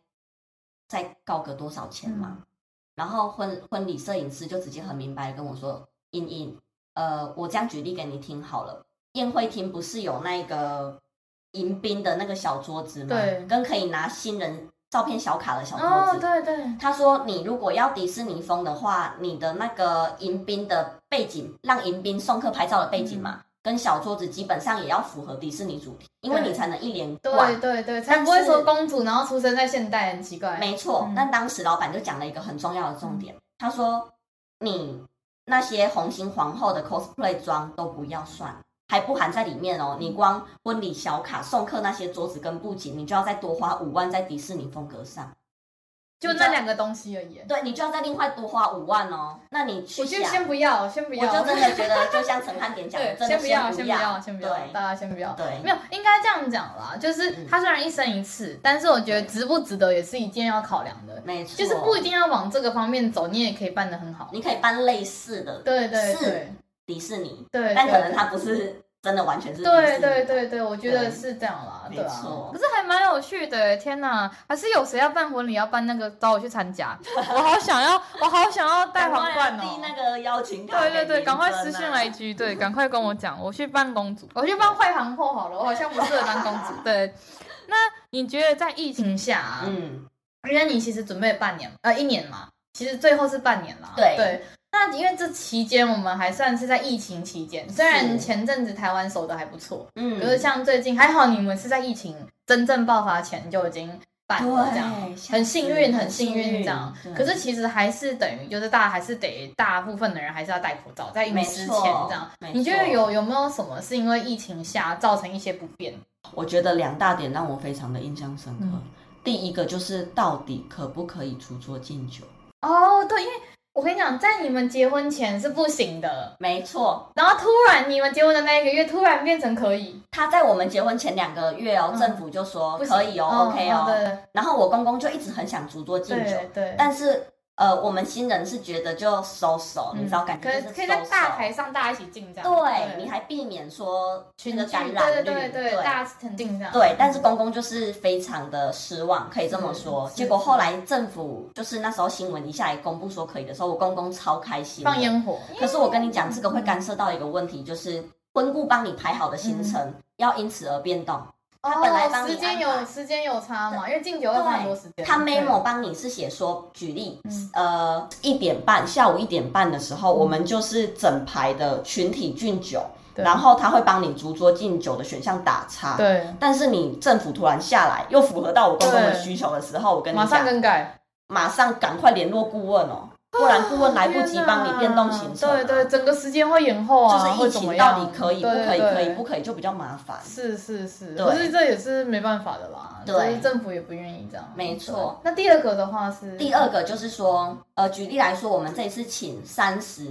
S2: 再高个多少钱嘛？然后婚婚礼摄影师就直接很明白的跟我说：“茵茵，呃，我这样举例给你听好了。宴会厅不是有那个迎宾的那个小桌子嘛，
S1: 对
S2: 跟可以拿新人照片小卡的小桌
S1: 哦，
S2: 子。
S1: 对对，
S2: 他说，你如果要迪士尼风的话，你的那个迎宾的背景，让迎宾送客拍照的背
S1: 嗯
S2: 景嘛，跟小桌子基本上也要符合迪士尼主题，因为
S1: 对
S2: 你才能一连
S1: 对
S2: 贯。
S1: 对对，才
S2: 但
S1: 不会
S2: 是
S1: 说公主然后出生在现代，很奇怪。
S2: 没错，
S1: 嗯
S2: 但当时老板就讲了一个很重要的重点，他说你那些红心皇后的 cosplay 妆都不要算，还不含在里面
S1: 嗯
S2: 哦。你光婚礼小卡、送客那些桌子跟布景，你就要再多花五万在迪士尼风格上。
S1: 就那两个东西而已。
S2: 对你就要再另外多花五万哦。那你去
S1: 我就
S2: 想，
S1: 先不要，先不
S2: 我
S1: 要，
S2: 就真的觉得，就像陈汉典讲 的，
S1: 对，
S2: 真
S1: 先
S2: 的
S1: 不要，先不要，先
S2: 不
S1: 不要，
S2: 对
S1: 大家先不要。没
S2: 对，
S1: 有，应该这样讲啦，就是
S2: 嗯
S1: 他虽然一生一次，但是我觉得值不值得也是一件要考量的，
S2: 没错，
S1: 就是不一定要往这个方面走，你也可以办得很好。
S2: 你可以办类似的
S1: 对对
S2: 是
S1: 对
S2: 迪士尼，
S1: 对，
S2: 但可
S1: 对
S2: 能它不是真的完全是迪士
S1: 对
S2: 尼
S1: 对对对，我觉得
S2: 对
S1: 是这样啦，
S2: 没
S1: 对啊
S2: 错。
S1: 可是还蛮有趣的，天哪！还是有谁要办婚礼要办那个找我去参 加，我好想要，我好想要戴皇冠
S2: 赶快递
S1: 哦。
S2: 那个邀请卡、
S4: 对对
S1: 啊
S4: 对，赶快私信
S2: 信
S4: 来一。句，对，赶快跟我讲，我去办公主。
S1: 我去办坏皇后好了，我好像不适合当公主。
S4: 对，那你觉得在疫情
S1: 停下、啊，
S2: 嗯，
S1: 因为你其实准备半年，呃，一年嘛，其实最后是半年啦。
S2: 对
S1: 那因为这期间我们还算是在疫情期间，虽然
S2: 是
S1: 前阵子台湾守的还不错，
S2: 嗯，
S1: 可是像最近还好，你们是在疫情真正爆发前就已经办了这样。
S2: 对，
S1: 很幸运，很幸运这样。
S2: 对
S1: 可是其实还是等于就是大家还是得大部分的人还是要戴口罩，在饮
S2: 没
S1: 食前
S2: 错
S1: 这样。
S2: 没
S1: 你觉得
S2: 错
S1: 有有没有什么是因为疫情下造成一些不便？
S2: 我觉得两大点让我非常的印象深刻。
S1: 嗯
S2: 第一个就是到底可不可以出桌敬酒？
S1: 哦，对，因为我跟你讲，在你们结婚前是不行的，
S2: 没错，
S1: 然后突然你们结婚的那一个月突然变成可以，
S2: 他在我们结婚前两个月哦，
S1: 嗯
S2: 政府就说
S1: 不行
S2: 可以哦，OK 哦。
S1: 哦
S2: 然后我公公就一直很想出桌敬
S1: 对
S2: 酒，
S1: 对对，
S2: 但是呃，我们新人是觉得就收手，你知道，感
S1: 嗯
S2: 觉
S1: 可
S2: 就是
S1: 可以在
S2: 收
S1: 大
S2: 手
S1: 台上大家一起进这样，
S2: 对，你还避免说那个感染
S1: 对
S2: 率，
S1: 对对对，大家肯定这样，嗯
S2: 对，但是公公就是非常的失望，可以这么说。
S1: 是
S2: 结果后来政府就是那时候新闻一下也公布说可以的时候，我公公超开心的。
S1: 放烟火，
S2: 可是我跟你讲，这个会干涉到一个问题，就是婚顾帮你排好的行程、
S1: 嗯
S2: 要因此而变动。他本来
S1: 哦
S2: 帮你
S1: 时间
S2: 安
S1: 有
S2: 排
S1: 时间有差嘛，因为敬酒要花很多时间，
S2: 他
S1: 对
S2: memo 帮你是写说，举例，
S1: 嗯
S2: 呃，一点半，下午一点半的时候，我们就是整排的群体敬酒，
S1: 对
S2: 然后他会帮你逐桌敬酒的选项打叉。
S1: 对，
S2: 但是你政府突然下来，又符合到我公公的
S1: 对
S2: 需求的时候，我跟你
S1: 马
S2: 讲，
S1: 上更改，
S2: 马上赶快联络顾问哦，不然顾问来不及帮你变动行程、啊
S1: 对对，，整个时间会延后啊，
S2: 就是
S1: 会
S2: 疫
S1: 怎么
S2: 情
S1: 样
S2: 到底可以不
S1: 对
S2: 可以，
S1: 对
S2: 可以
S1: 对
S2: 不可以就比较麻烦。
S1: 是是是，
S2: 对
S1: 可是这也是没办法的啦，
S2: 对
S1: 就是政府也不愿意这样。
S2: 没错
S1: 对。那第二个的话是
S2: 第二个就是说，呃，举例来说，我们这一次请三十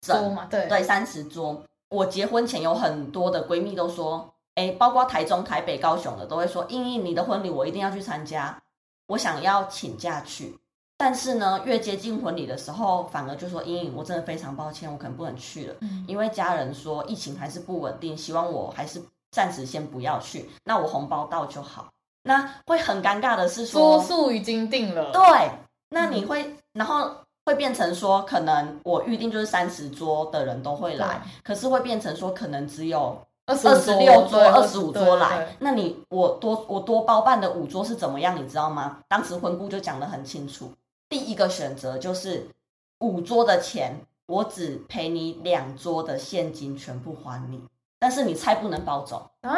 S1: 桌
S2: 整，
S1: 嘛，对
S2: 对，三十桌。我结婚前有很多的闺蜜都说，哎，包括台中、台北、高雄的都会说，英英你的婚礼我一定要去参加，我想要请假去。但是呢，越接近婚礼的时候，反而就说英英，我真的非常抱歉，我可能不能去了。
S1: 嗯
S2: 因为家人说疫情还是不稳定，希望我还是暂时先不要去，那我红包到就好。那会很尴尬的是
S1: 桌
S2: 说，
S1: 数已经定了，
S2: 对，那你会，
S1: 嗯
S2: 然后会变成说，可能我预定就是三十桌的人都会来，可是会变成说，可能只有
S1: 二
S2: 二十六桌、二十五桌，
S1: 对对
S2: 来，那你我多我多包办的五桌是怎么样，你知道吗？当时婚顾就讲得很清楚，第一个选择就是五桌的钱，我只赔你两桌的现金全部还你，但是你菜不能包走，
S1: 那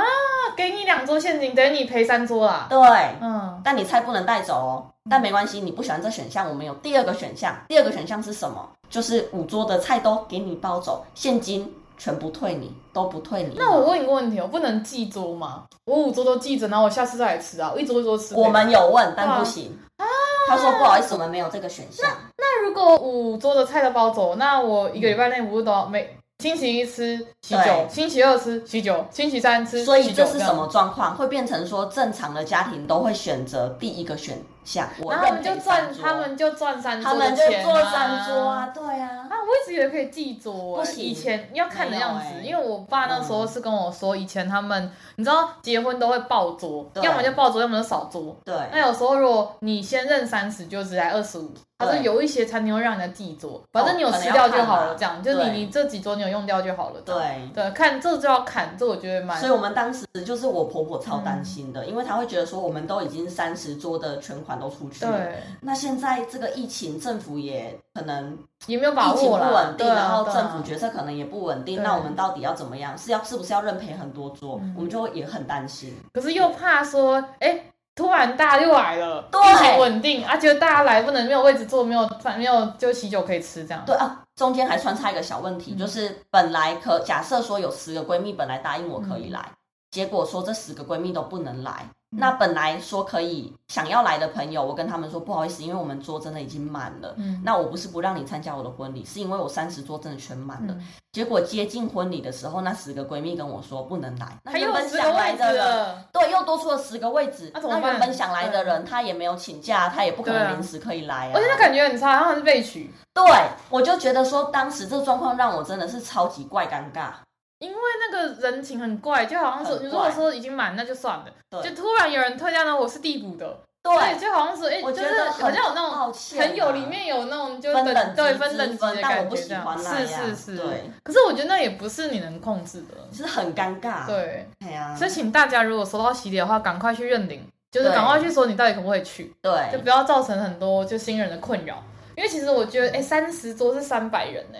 S1: 给你两桌现金，等于你赔三桌啦。
S2: 对，
S1: 嗯，
S2: 但你菜不能带走哦。但没关系，你不喜欢这选项，我们有第二个选项，第二个选项是什么？就是五桌的菜都给你包走，现金全不退你，都不退你。
S1: 那我问一个问题，我哦不能记桌吗？我五桌都记着，然后我下次再来吃啊，我一桌一桌吃。
S2: 我们有问，
S1: 对啊
S2: 但不行。他说不好意思，我们没有这个选项。
S1: 那如果五桌的菜都包走，那我一个礼拜内五都要每星期一吃喜酒，
S2: 嗯对
S1: 星期二吃喜酒，星期三吃喜酒，
S2: 所以这是
S1: 样
S2: 什么状况？会变成说正常的家庭都会选择第一个选想我
S1: 然后
S2: 认
S1: 他们就
S2: 赔
S1: 赚，
S2: 三桌
S1: 他们就赚三桌的
S2: 他们就
S1: 钱
S2: 做
S1: 啊
S2: 三桌啊，。对啊，
S1: 啊，我一直以为可以记桌、欸，
S2: 不行
S1: 以前要看的样子，
S2: 没有欸
S1: 因为我爸那时候是跟我说，以前他们、你知道结婚都会爆桌，
S2: 对
S1: 要么就爆桌，要么就少桌。那
S2: 对，
S1: 有时候如果你先认三十，就只来二十五。他说
S2: 对哦
S1: 有一些餐厅会让人家记桌，反正你有
S2: 可能
S1: 吃
S2: 要
S1: 掉就
S2: 看
S1: 好
S2: 啦
S1: 了，这样就
S2: 对
S1: 你你这几桌你有用掉就好了。这样
S2: 对。
S1: 对，看这就要砍，这我觉得蛮
S2: 所以，我们当时就是我婆婆超
S1: 嗯
S2: 担心的，因为她会觉得说，我们都已经三十桌的全款都出去了，
S1: 对，
S2: 那现在这个疫情，政府也可能
S1: 也没有把
S2: 疫情不
S1: 握啦。
S2: 稳定，
S1: 对啊
S2: 然后
S1: 对啊
S2: 政府决策可能也不稳定，
S1: 对嗯
S2: 那我们到底要怎么样？是要是不是要认赔很多桌？我们就也很担心。
S1: 可是又怕说，哎、突然大家又来了，
S2: 对
S1: 疫情稳定，啊，觉得大家来不能没有位置坐，没有饭，没有就喜酒可以吃这样。
S2: 对啊，中间还穿插一个小问题，
S1: 嗯
S2: 就是本来可假设说有十个闺蜜本来答应我可以
S1: 嗯
S2: 来，结果说这十个闺蜜都不能来。那本来说可以想要来的朋友，我跟他们说不好意思，因为我们桌真的已经满了。
S1: 嗯
S2: 那我不是不让你参加我的婚礼，是因为我三十桌真的全满了。
S1: 嗯
S2: 结果接近婚礼的时候，那十个闺蜜跟我说不能来，那
S1: 还有
S2: 原本
S1: 十个
S2: 想来
S1: 位置
S2: 的人
S1: 了，
S2: 对，又多出了十个位置。
S1: 那怎么办
S2: 原本想来的人，他也没有请假，他也不可
S1: 对啊
S2: 能临时可以来啊。
S1: 而且他感觉很差，他是被取，
S2: 对，我就觉得说，当时这个状况让我真的是超级怪尴尬。
S1: 因为那个人情很怪，就好像说，
S2: 很怪
S1: 你如果说已经满那就算了，
S2: 对
S1: 就突然有人退掉呢，我是递补的，
S2: 对，
S1: 就好像说，哎、
S2: 我
S1: 就
S2: 觉
S1: 是
S2: 得
S1: 好像有那种。
S2: 抱歉啊
S1: 朋友里面有那种就
S2: 分
S1: 等
S2: 等级
S1: 对
S2: 之
S1: 分等级的
S2: 分但我
S1: 感觉，
S2: 不喜
S1: 这样
S2: 欢那
S1: 是
S2: 样
S1: 是是，
S2: 对。
S1: 可是我觉得那也不是你能控制的，
S2: 是很尴尬。，
S1: 对。
S2: 哎呀、
S1: 所以请大家如果收到喜帖的话，赶快去认领，就是
S2: 对
S1: 赶快去说你到底可不可以去，就
S2: 对
S1: 不要造成很多就新人的困扰。因为其实我觉得，哎、三十桌是三百人呢、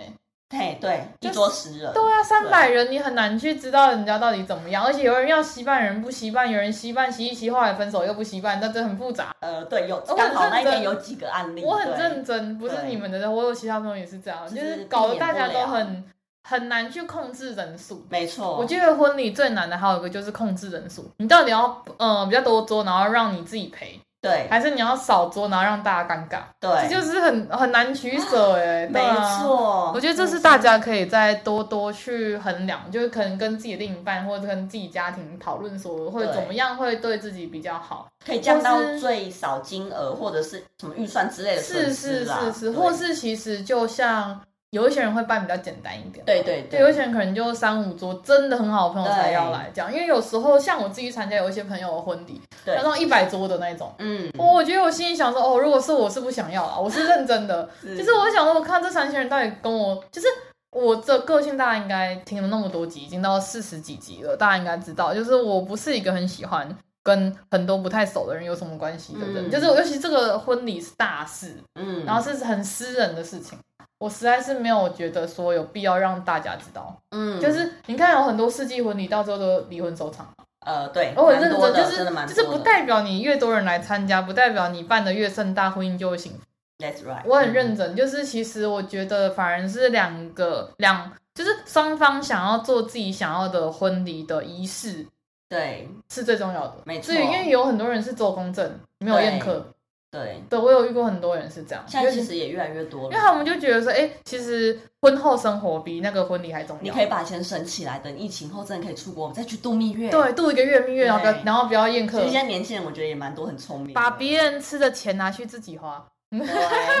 S2: 嘿对，
S1: 就
S2: 一
S1: 是
S2: 桌十人，
S1: 对啊，三百人你很难去知道人家到底怎么样，而且有人要稀办，有人不稀办，有人稀办稀一稀，后来分手又不稀办，那真的很复杂。
S2: 呃，对，有
S1: 哦我很
S2: 刚好那一
S1: 认真
S2: 天有几个案例，
S1: 我很
S2: 对
S1: 认真，不是你们的，我有其他朋友也是这样，就
S2: 就是是
S1: 搞得
S2: 避免
S1: 大家
S2: 不
S1: 都
S2: 了
S1: 很很难去控制人数。
S2: 没错，
S1: 我觉得婚礼最难的还有一个就是控制人数，你到底要呃比较多桌，然后让你自己赔，
S2: 对
S1: 还是你要少桌，然后让大家尴尬，这
S2: 对，
S1: 就是很很难取舍哎、
S2: 没
S1: 对啊。
S2: 错，嗯
S1: 我觉得这是大家可以再多多去衡量，就是可能跟自己另一半或者跟自己家庭讨论说，会
S2: 对
S1: 怎么样会对自己比较好。
S2: 可以降到
S1: 或是
S2: 最少金额，或者是什么预算之类的损
S1: 是
S2: 失
S1: 是
S2: 啦，
S1: 是是，
S2: 啊对
S1: 或是其实就像有一些人会办比较简单一点，
S2: 对对
S1: 对，有一些人可能就三五桌，真的很好的朋友才要来这样，因为有时候像我自己参加有一些朋友的婚礼，
S2: 对
S1: 那种一百桌的那种。
S2: 嗯，
S1: 哦，我觉得我心里想说，哦，如果是我是不想要啦，我是认真 的。就是我想说，我看这三千人到底跟我，就是我这个性，大家应该听了那么多集，已经到四十几集了，大家应该知道，就是我不是一个很喜欢跟很多不太熟的人有什么关系的人，
S2: 嗯
S1: 就是尤其这个婚礼是大事，
S2: 嗯，
S1: 然后是很私人的事情。我实在是没有觉得说有必要让大家知道，
S2: 嗯，
S1: 就是你看有很多世纪婚礼到最后都离婚收场，
S2: 呃，对，
S1: 我很哦
S2: 蛮
S1: 认
S2: 多
S1: 真，
S2: 的
S1: 就
S2: 真的蛮
S1: 是就
S2: 多
S1: 是
S2: 的
S1: 不代表你越多人来参加，不代表你办的越盛大，婚姻就会幸福。
S2: That's right，嗯
S1: 我很认真，
S2: 真，
S1: 就是其实我觉得反而是两个两，就是双方想要做自己想要的婚礼的仪式
S2: 对
S1: 是最重要的。
S2: 没错
S1: 至于因为有很多人是做公证，没有宴客，
S2: 对，
S1: 对我有遇过很多人是这样，
S2: 现在其
S1: 因为
S2: 实也越来越多
S1: 因为
S2: 了。
S1: 他们就觉得说，哎、其实婚后生活比那个婚礼还重要。
S2: 你可以把钱省起来，等疫情后真的可以出国，我们再去度蜜月。，
S1: 对度一个月蜜月，然后不要
S2: 对
S1: 然后不要宴
S2: 其
S1: 客
S2: 实，现在年轻人我觉得也蛮多很聪明的，
S1: 把别人吃的钱拿去自己花。
S2: 对，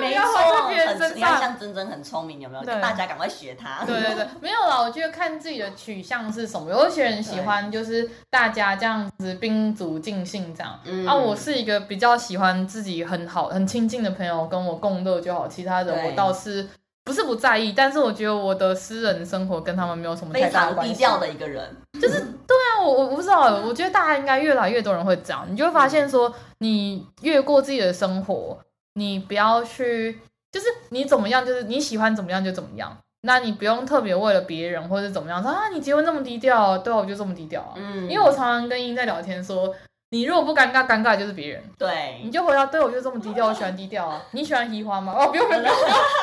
S2: 没
S1: 要花在别人
S2: 错，
S1: 身
S2: 很你看
S1: 上
S2: 像珍珍很聪明，有没有？
S1: 对
S2: 大家赶快学他。
S1: 对对对，没有啦，我觉得看自己的取向是什么。有一些人喜欢就是大家这样子宾主尽兴这样，
S2: 嗯
S1: 啊，我是一个比较喜欢自己很好、很亲近的朋友跟我共乐就好，其他的
S2: 对
S1: 我倒是不是不在意，但是我觉得我的私人生活跟他们没有什么太
S2: 非
S1: 大的
S2: 常
S1: 关
S2: 低
S1: 系。
S2: 调的一个人。
S1: 但我我我不知道，我觉得大家应该越来越多人会这样，你就会发现说，你越过自己的生活，你不要去，就是你怎么样，就是你喜欢怎么样就怎么样，那你不用特别为了别人或者怎么样说啊，你结婚那么低调，对啊，我就这么低调啊，
S2: 嗯
S1: 因为我常常跟英在聊天说。你如果不尴尬，尴尬的就是别人，
S2: 对
S1: 你，就回答对我就这么低调，我喜欢低调啊。你喜欢移花吗？哦，不用不用不用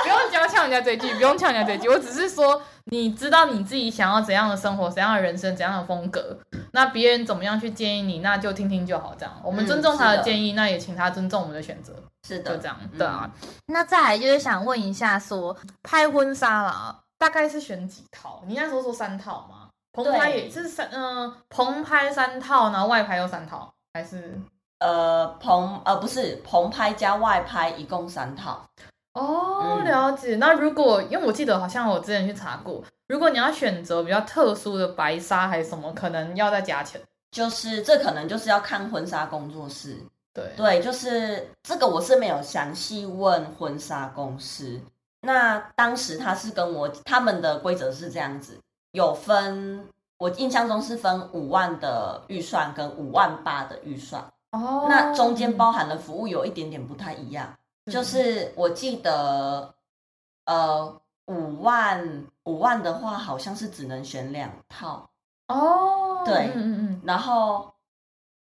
S1: 不用加呛人家这一句，不用呛人家这一句。我只是说，你知道你自己想要怎样的生活、怎样的人生、怎样的风格，那别人怎么样去建议你，那就听听就好。这样，我们
S2: 嗯
S1: 尊重他
S2: 是
S1: 的
S2: 的
S1: 建议，那也请他尊重我们的选择，
S2: 是
S1: 就
S2: 的，
S1: 这样。
S2: 嗯
S1: 对啊。那再来就是想问一下说，拍婚纱啦，大概是选几套？你那时候说三套吗？棚拍
S2: 对
S1: 呃也是三，嗯、棚拍三套，然后外拍又三套，还是
S2: 呃棚呃不是棚拍加外拍，一共三套。
S1: 哦，
S2: 嗯
S1: 了解。那如果因为我记得好像我之前去查过，如果你要选择比较特殊的白纱还是什么，可能要再加钱。
S2: 就是这可能就是要看婚纱工作室，
S1: 对，
S2: 对，就是这个我是没有详细问婚纱公司。那当时他是跟我他们的规则是这样子，有分，我印象中是分五万的预算跟五万八的预算。
S1: 哦，
S2: 那中间包含的服务有一点点不太一样，
S1: 嗯
S2: 就是我记得，呃，五万五万的话好像是只能选两套，
S1: 哦，
S2: 对
S1: 嗯嗯嗯，
S2: 然后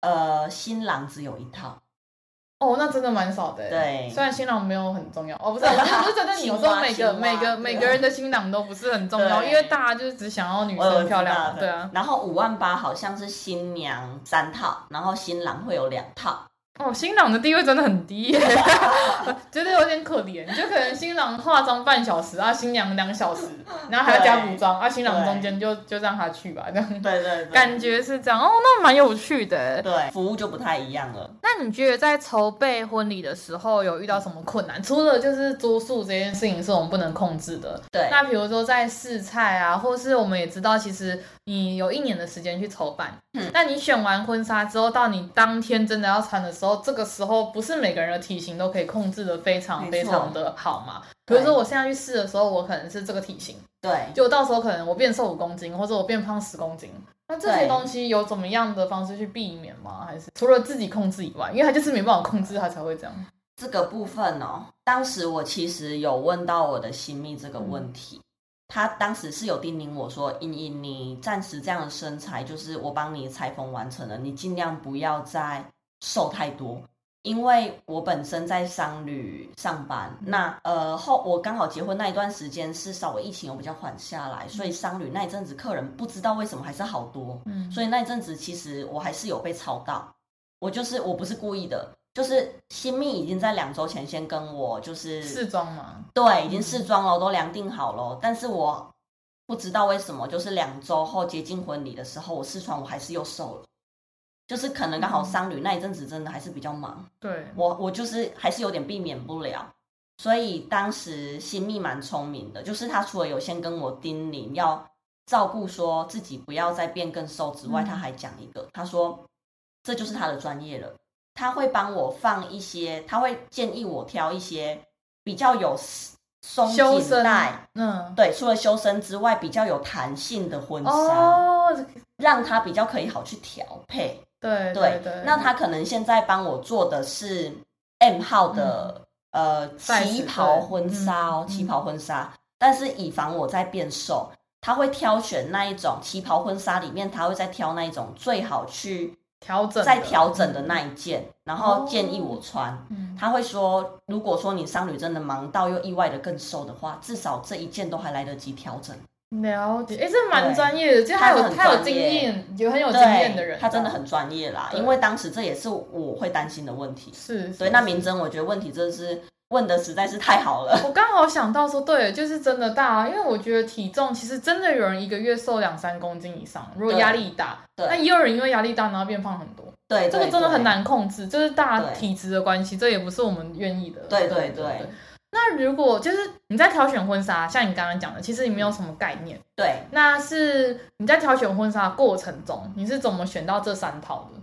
S2: 呃，新郎只有一套，
S1: 哦，那真的蛮少的。，欸
S2: 对
S1: 虽然新郎没有很重要，哦， 不是，我是我是觉得你有时候每个
S2: 青蛙
S1: 每
S2: 青
S1: 个
S2: 蛙
S1: 每个人的新郎都不是很重要，
S2: 对
S1: 因为大家就是只想要女
S2: 我有
S1: 生漂亮嘛，
S2: 哦知道
S1: 对啊。
S2: 然后五万八好像是新娘三套，然后新郎会有两套，
S1: 哦，新郎的地位真的很低耶， 觉得有点可怜。就可能新郎化妆半小时啊，新娘两小时，然后还要加补妆啊，新郎中间就就让他去吧，这样。
S2: 对对对，
S1: 感觉是这样哦，那蛮有趣的。
S2: 对服务就不太一样了。
S1: 那你觉得在筹备婚礼的时候有遇到什么困难？除了就是桌数这件事情是我们不能控制的，
S2: 对，
S1: 那比如说在试菜啊，或是我们也知道，其实你有一年的时间去筹办。
S2: 嗯
S1: 那你选完婚纱之后，到你当天真的要穿的时候，这个时候不是每个人的体型都可以控制的非常
S2: 没
S1: 非
S2: 错
S1: 常的好嘛？比
S2: 对
S1: 如说我现在去试的时候，我可能是这个体型，
S2: 对
S1: 就到时候可能我变瘦五公斤，或者我变胖十公斤。那这些
S2: 对
S1: 东西有怎么样的方式去避免吗？还是除了自己控制以外，因为他就是没办法控制，他才会这样。
S2: 这个部分哦，当时我其实有问到我的新密这个问题，他当时是有叮咛我说：“茵茵，你暂时这样的身材，就是我帮你裁缝完成了，你尽量不要再瘦太多。”因为我本身在商旅上班，那呃后我刚好结婚那一段时间是稍微疫情有比较缓下来，所以商旅那一阵子客人不知道为什么还是好多，
S1: 嗯，
S2: 所以那一阵子其实我还是有被操到，我就是我不是故意的，就是新密已经在两周前先跟我就是
S1: 试妆嘛，
S2: 对已经试妆了，我都量定好了，但是我不知道为什么，就是两周后接近婚礼的时候，我试穿我还是又瘦了。就是可能刚好商旅那一阵子真的还是比较忙，
S1: 对，
S2: 我我就是还是有点避免不了，所以当时新密蛮聪明的，就是他除了有先跟我叮咛要照顾说自己不要再变更瘦之外，
S1: 嗯
S2: 他还讲一个，他说这就是他的专业了，他会帮我放一些，他会建议我挑一些比较有松
S1: 修
S2: 紧
S1: 身
S2: 带。，
S1: 嗯，
S2: 对，除了修身之外，比较有弹性的婚纱，
S1: 哦，
S2: 让他比较可以好去调配。
S1: 对
S2: 对
S1: 对，
S2: 那他可能现在帮我做的是 M 号的、呃
S1: size，
S2: 旗袍婚纱哦，
S1: 嗯对嗯
S2: 旗袍婚纱，但是以防我在变瘦，他会挑选那一种旗袍婚纱里面，他会再挑那一种最好去
S1: 调整
S2: 再调整的那一件，然后建议我穿。
S1: 嗯，
S2: 他会说，如果说你商旅真的忙到又意外的更瘦的话，至少这一件都还来得及调整。
S1: 了解，哎，这蛮专业的，就他
S2: 他
S1: 有
S2: 很
S1: 他有
S2: 专
S1: 经
S2: 业
S1: 验，有很有经
S2: 对，
S1: 验的人，
S2: 他真的很专业啦。
S1: 对
S2: 因为当时这也是我会担心的问题。
S1: 是，
S2: 对，
S1: 是
S2: 那
S1: 是
S2: 明真，我觉得问题真的是问的实在是太好了。
S1: 我刚好想到说，对，就是真的大、啊，因为我觉得体重其实真的有人一个月瘦两三公斤以上，如果
S2: 对
S1: 压力大，
S2: 对
S1: 那也有人因为压力大然后变胖很多，
S2: 对，
S1: 这个
S2: 对
S1: 真的很。难控制，就是大家
S2: 对
S1: 体质的关系，这也不是我们愿意的。
S2: 对对对
S1: 那如果就是你在挑选婚纱，像你刚刚讲的，其实你没有什么概念。
S2: 对，
S1: 那是你在挑选婚纱的过程中，你是怎么选到这三套的？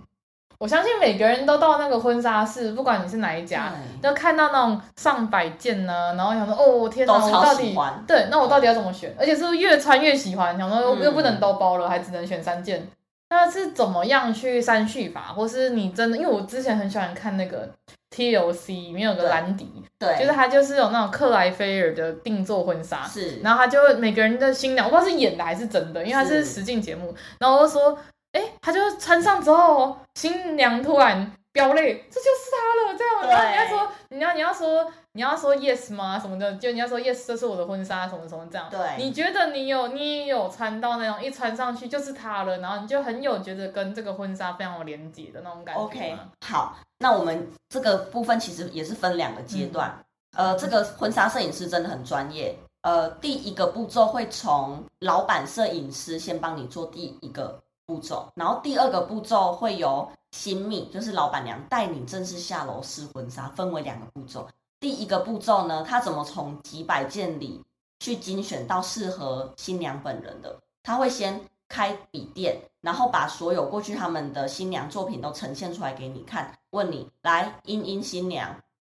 S1: 我相信每个人都到那个婚纱室，不管你是哪一
S2: 对
S1: 家，都看到那种上百件呢、然后想说，哦，天哪，
S2: 都
S1: 我
S2: 超
S1: 到
S2: 喜
S1: 底
S2: 欢
S1: 对，那我到底要怎么选？而且是不是越穿越喜欢，想说又
S2: 嗯
S1: 又不能都包了，还只能选三件。那是怎么样去删序法，或是你真的？因为我之前很喜欢看那个 TLC 里面有个
S2: 对
S1: 兰迪，
S2: 对，
S1: 就是他就是有那种克莱菲尔的定做婚纱，
S2: 是，
S1: 然后他就会每个人的新娘，我不知道是演的还是真的，因为他是
S2: 是
S1: 实境节目。然后我就说，哎、他就穿上之后，新娘突然飙泪，这就是他了，这样。
S2: 对
S1: 然后你要说，你要你要说你要说 yes 吗？什么的，就你要说 yes，这是我的婚纱，什么什么这样。
S2: 对
S1: 你觉得你有你也有穿到那种一穿上去就是他了，然后你就很有觉得跟这个婚纱非常有连接的那种感觉吗
S2: OK，好，那我们这个部分其实也是分两个
S1: 嗯
S2: 阶段。呃，这个婚纱摄影师真的很专业。呃，第一个步骤会从老板摄影师先帮你做第一个步骤，然后第二个步骤会由新密，就是老板娘带你正式下楼试婚纱，分为两个步骤。第一个步骤呢，她怎么从几百件里去精选到适合新娘本人的？她会先开笔店，然后把所有过去他们的新娘作品都呈现出来给你看，问你来，英英新娘。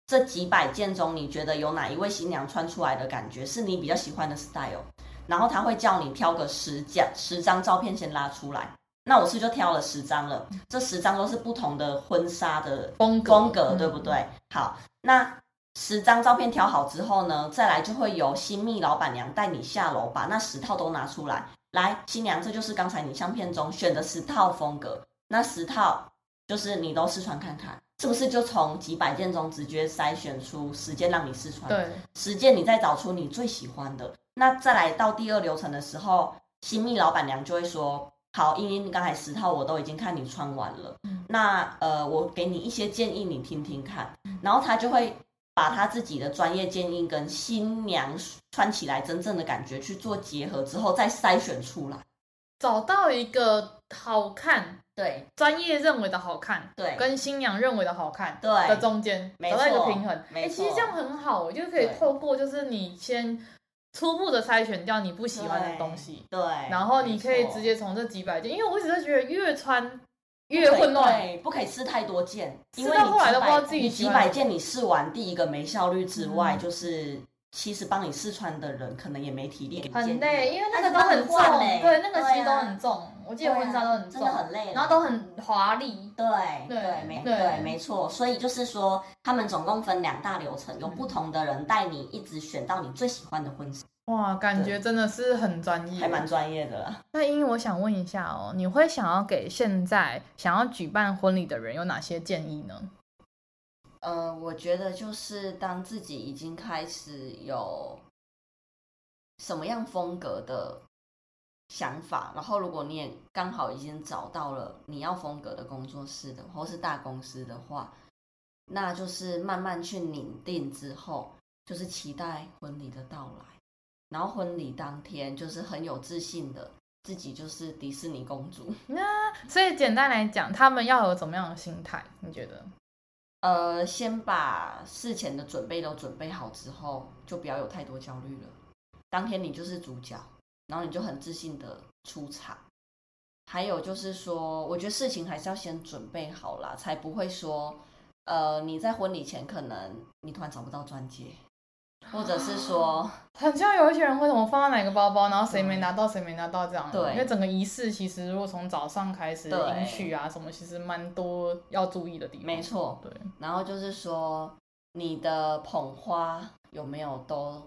S2: 这几百件中，你觉得有哪一位新娘穿出来的感觉是你比较喜欢的 style？然后他会叫你挑个十件、十张照片先拉出来。那我是就挑了十张了，这十张都是不同的婚纱的
S1: 风格
S2: 风格，
S1: 嗯
S2: 对不对？好，那十张照片挑好之后呢，再来就会由新密老板娘带你下楼，把那十套都拿出来。来，新娘，这就是刚才你相片中选的十套风格，那十套就是你都试穿看看，是不是就从几百件中直接筛选出十件让你试穿？
S1: 对，
S2: 实践，你再找出你最喜欢的。那再来到第二流程的时候，新密老板娘就会说：“好，英英，刚才十套我都已经看你穿完了，
S1: 嗯
S2: 那呃，我给你一些建议，你听听看。”
S1: 嗯
S2: 然后她就会把她自己的专业建议跟新娘穿起来真正的感觉去做结合之后，再筛选出来。
S1: 找到一个好看，
S2: 对
S1: 专业认为的好看，
S2: 对
S1: 跟新娘认为的好看的
S2: 对
S1: 中间，
S2: 没
S1: 找到一个
S2: 错
S1: 平衡。哎、
S2: 没
S1: 其实
S2: 错
S1: 这样很好，就可以
S2: 对
S1: 透过就是你先初步的筛选掉你不喜欢的东西，
S2: 对，
S1: 然后你可以
S2: 没错
S1: 直接从这几百件，因为我一直都觉得越穿
S2: 不
S1: 越
S2: 可以
S1: 混乱。
S2: 对不可以试太多件，
S1: 试
S2: 因为
S1: 到
S2: 你
S1: 后来
S2: 几
S1: 都不
S2: 百
S1: 知道自己
S2: 你
S1: 喜
S2: 几
S1: 欢
S2: 百
S1: 哪
S2: 件你试完，第一个没效率之外，
S1: 嗯
S2: 就是其实帮你试穿的人可能也没体力给你建议，
S1: 很累，因为那
S2: 但
S1: 个
S2: 是
S1: 都
S2: 帮你
S1: 很重，
S2: 换嘞
S1: 对，那个其
S2: 对
S1: 实都
S2: 啊
S1: 很重。我记得
S2: 对啊
S1: 婚纱都很重，
S2: 真的很累了，欸
S3: 然后都很华丽，
S2: 对
S1: 对
S2: 对没
S1: 对
S2: 对没错，所以就是说他们总共分两大流程，有不同的人带你一直选到你最喜欢的婚纱，
S1: 哇，感
S2: 对
S1: 觉真的是很专业，
S2: 还蛮专业的啦。
S1: 那英，我想问一下哦，你会想要给现在想要举办婚礼的人有哪些建议呢？
S2: 呃，我觉得就是当自己已经开始有什么样风格的想法，然后如果你也刚好已经找到了你要风格的工作室的，或是大公司的话，那就是慢慢去拟定之后，就是期待婚礼的到来，然后婚礼当天就是很有自信的自己就是迪士尼公主。
S1: 啊所以简单来讲，他们要有怎么样的心态？你觉得？
S2: 呃，先把事前的准备都准备好之后，就不要有太多焦虑了。当天你就是主角，然后你就很自信的出场。还有就是说，我觉得事情还是要先准备好啦，才不会说，呃，你在婚礼前可能你突然找不到钻戒，或者是说，
S1: 很像有一些人会什么放到哪个包包，然后谁没拿到谁没拿到这样。
S2: 对
S1: 因为整个仪式其实如果从早上开始
S2: 对
S1: 迎娶啊什么，其实蛮多要注意的地方。
S2: 没，错，
S1: 对，
S2: 然后就是说你的捧花有没有都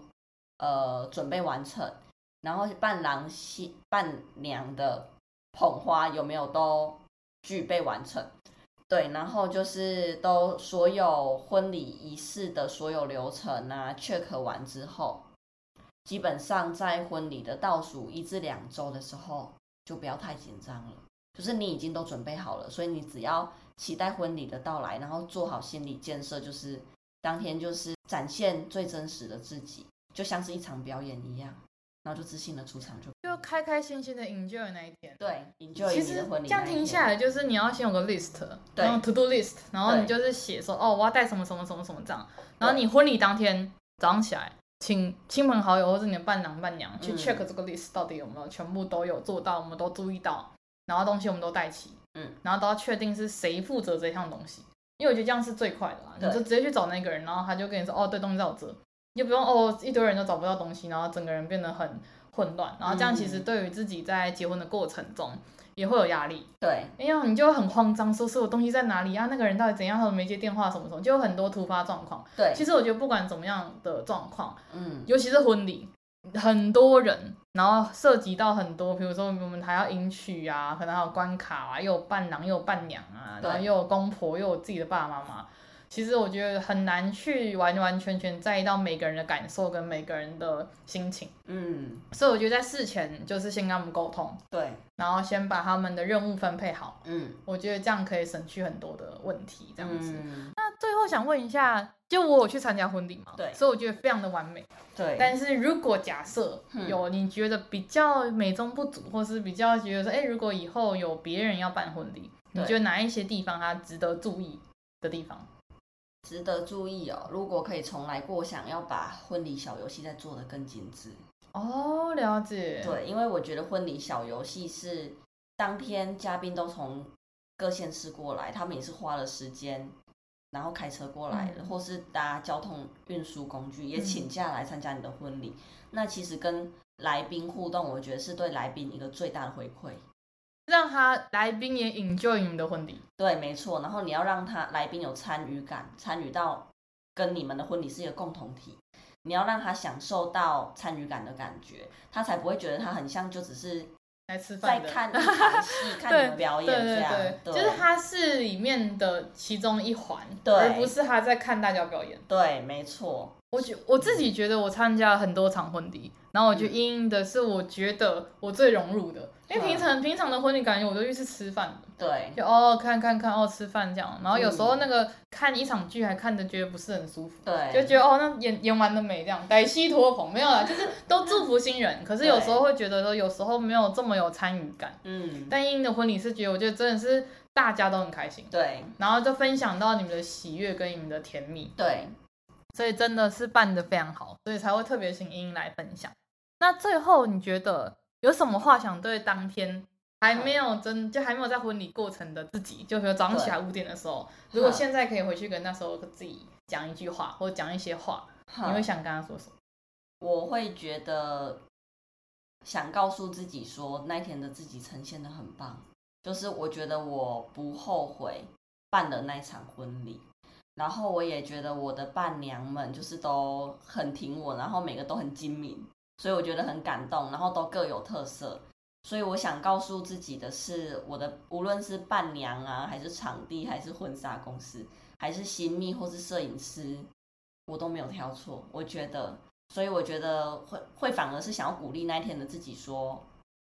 S2: 呃准备完成，然后伴郎新伴娘的捧花有没有都具备完成？对，然后就是都所有婚礼仪式的所有流程啊，check 完之后，基本上在婚礼的倒数一至两周的时候，就不要太紧张了。就是你已经都准备好了，所以你只要期待婚礼的到来，然后做好心理建设，就是当天就是展现最真实的自己，就像是一场表演一样，然后就自信的出场就
S1: 就开开心心的 enjoy 那一天。。
S2: 对，enjoy
S1: 其
S2: 你
S1: 实
S2: 的婚礼那一天。
S1: 这样停下来，就是你要先有个 list，
S2: 对
S1: 然后 to do list，然后
S2: 对
S1: 你就是写说哦，我要带什么什么什么什么这样。然后
S2: 对
S1: 你婚礼当天早上起来，请亲朋好友或者你的伴郎伴娘去
S2: 嗯
S1: check 这个 list 到底有没有全部都有做到，我们都注意到，然后东西我们都带齐，
S2: 嗯，
S1: 然后都要确定是谁负责这项东西，因为我觉得这样是最快的啦，你
S2: 对
S1: 就直接去找那个人，然后他就跟你说哦，对，东西在我这，你就不用哦一堆人都找不到东西，然后整个人变得很混乱，然后这样其实
S2: 嗯
S1: 对于自己在结婚的过程中。也会有压力，
S2: 对
S1: 哎呀，你就很慌张，说所有东西在哪里啊？那个人到底怎样？他怎么没接电话？什么什么，就有很多突发状况。
S2: 对，
S1: 其实我觉得不管怎么样的状况，
S2: 嗯，
S1: 尤其是婚礼，很多人，然后涉及到很多，比如说我们还要迎娶啊，可能还有关卡啊，又有伴郎，又有伴娘啊，
S2: 对
S1: 然后又有公婆，又有自己的爸爸妈妈。其实我觉得很难去完完全全在意到每个人的感受跟每个人的心情，
S2: 嗯，
S1: 所以我觉得在事前就是先跟他们沟通，
S2: 对，
S1: 然后先把他们的任务分配好。
S2: 嗯，
S1: 我觉得这样可以省去很多的问题，这
S2: 这
S1: 样子。
S2: 嗯、
S1: 那最后想问一下，就我有去参加婚礼嘛？
S2: 对
S1: 所以我觉得非常的完美。
S2: 对，
S1: 但是如果假设
S2: 嗯
S1: 有你觉得比较美中不足，或是比较觉得说，哎、如果以后有别人要办婚礼，你觉得哪一些地方它值得注意的地方？
S2: 值得注意哦。如果可以重来过，我想要把婚礼小游戏再做得更精致。
S1: 哦，了解。
S2: 对，因为我觉得婚礼小游戏是当天嘉宾都从各县市过来，他们也是花了时间，然后开车过来的，
S1: 嗯
S2: 或是搭交通运输工具，也
S1: 嗯
S2: 请假来参加你的婚礼。那其实跟来宾互动，我觉得是对来宾一个最大的回馈。
S1: 让他来宾也 enjoy 你们的婚礼。
S2: 对，没错。然后你要让他来宾有参与感，参与到跟你们的婚礼是一个共同体。你要让他享受到参与感的感觉，他才不会觉得他很像就只是
S1: 来吃
S2: 在
S1: 饭的，
S2: 看一场戏、看你们表演
S1: 对
S2: 这
S1: 对
S2: 样。
S1: 对，就是它是里面的其中一环，
S2: 对
S1: 而不是他在看大家表演。
S2: 对，没错，
S1: 我觉我自己觉得我参加了很多场婚礼，然后我觉得英英的是我觉得我最融入的，因为平常平常的婚礼感觉我都去是吃饭的，
S2: 对
S1: 就哦看看看哦吃饭这样，然后有时候那个看一场剧还看的觉得不是很舒服。就
S2: 对
S1: 觉得哦，那演演完了没这样，歹戏拖棚没有啦，就是都祝福新人。可是有时候会觉得说，有时候没有这么有参与感。
S2: 嗯，
S1: 但英的婚礼是觉得，我觉得真的是大家都很开心，
S2: 对
S1: 然后就分享到你们的喜悦跟你们的甜蜜，
S2: 对，
S1: 所以真的是办的非常好，所以才会特别请英来分享。那最后你觉得有什么话想对当天还没有真就还没有在婚礼过程的自己，就比如早上起来五点的时候，如果现在可以回去跟那时候自己讲一句话或讲一些话，你会
S2: 哼
S1: 想跟他说什么？
S2: 我会觉得想告诉自己说，那一天的自己呈现的很棒，就是我觉得我不后悔办的那一场婚礼。然后我也觉得我的伴娘们就是都很挺我，然后每个都很精明，所以我觉得很感动，然后都各有特色。所以我想告诉自己的是，我的无论是伴娘啊，还是场地，还是婚纱公司，还是新密或是摄影师，我都没有挑错。我觉得，所以我觉得会会反而是想要鼓励那一天的自己说，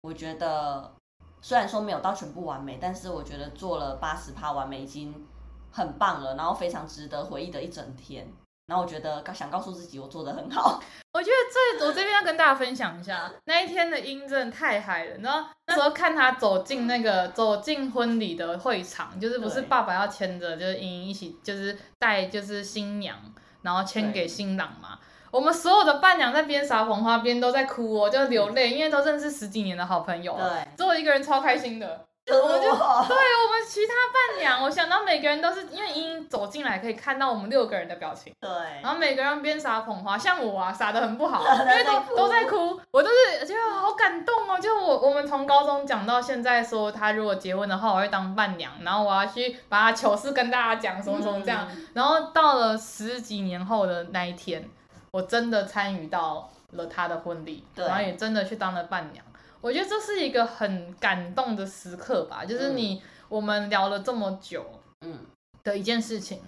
S2: 我觉得虽然说没有到全部完美，但是我觉得做了八十趴完美已经很棒了，然后非常值得回忆的一整天。然后我觉得想告诉自己，我做的很好。
S1: 我觉得这我这边要跟大家分享一下，那一天的音真的太嗨了。然后那时候看他走进那个走进婚礼的会场，就是不是
S2: 对
S1: 爸爸要牵着就是英英一起，就是带就是新娘，然后牵给新郎嘛。我们所有的伴娘在边撒谎话边都在哭哦，就流泪，因为都认识十几年的好朋友了，
S2: 对，
S1: 只有一个人超开心的。
S2: 我
S1: 们就
S2: 就
S1: 对我们其他伴娘，我想到每个人都是因为英英走进来可以看到我们六个人的表情。
S2: 对
S1: 然后每个人边撒捧花，像我啊，撒的很不好，
S2: 大家
S1: 因为
S2: 在
S1: 都
S2: 哭
S1: 都在哭，我都是觉得好感动哦。就我我们从高中讲到现在，说他如果结婚的话，我会当伴娘，然后我要去把他糗事跟大家讲什么什么这
S2: 嗯
S1: 样。然后到了十几年后的那一天，我真的参与到了他的婚礼，
S2: 对
S1: 然后也真的去当了伴娘。我觉得这是一个很感动的时刻吧，就是你、我们聊了这么久，
S2: 嗯
S1: 的一件事情，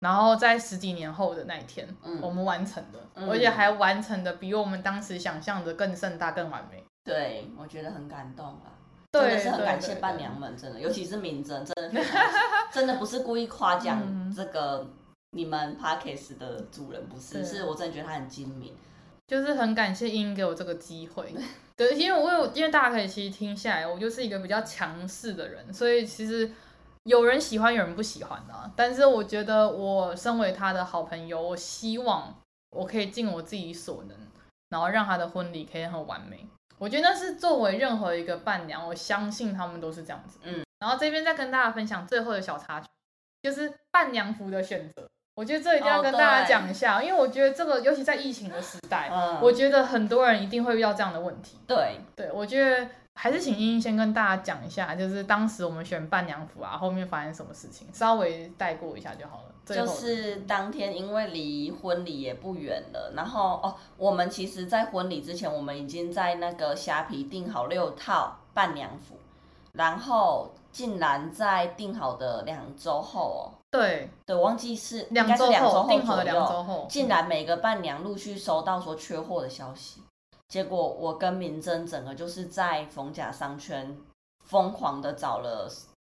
S1: 然后在十几年后的那一天，
S2: 嗯
S1: 我们完成的，
S2: 嗯
S1: 而且还完成的比我们当时想象的更盛大、更完美。
S2: 对，我觉得很感动啊。
S1: 对
S2: 真的是很感
S1: 对
S2: 谢
S1: 对
S2: 伴娘们，真的，尤其是明真，真的 非常感谢真的不是故意夸奖
S1: 嗯
S2: 这个你们 Parkes 的主人，不
S1: 对
S2: 是，是我真的觉得他很精明，
S1: 就是很感谢英给我这个机 会，对，因为我有，因为大家可以其实听下来，我就是一个比较强势的人，所以其实有人喜欢，有人不喜欢的、啊。但是我觉得我身为他的好朋友，我希望我可以尽我自己所能，然后让他的婚礼可以很完美。我觉得那是作为任何一个伴娘，我相信他们都是这样子。
S2: 嗯，
S1: 然后这边再跟大家分享最后的小插曲，就是伴娘服的选择。我觉得这一定要
S2: 哦
S1: 跟大家
S2: 对
S1: 讲一下，因为我觉得这个，尤其在疫情的时代，
S2: 嗯，
S1: 我觉得很多人一定会遇到这样的问题。
S2: 对，
S1: 对，我觉得还是请英英先跟大家讲一下，就是当时我们选伴娘服啊，后面发生什么事情，稍微带过一下就好了。最
S2: 就
S1: 后
S2: 是当天因为离婚礼也不远了，然后哦，我们其实，在婚礼之前，我们已经在那个虾皮订好六套伴娘服，然后竟然在订好的两周后哦，
S1: 对
S2: 对，我忘记是应
S1: 两
S2: 该是
S1: 周
S2: 两周
S1: 后定好的
S2: 左
S1: 两
S2: 右
S1: 周后，嗯
S2: 竟然每个伴娘陆续收到说缺货的消息，结果我跟明真整个就是在逢甲商圈疯狂的找了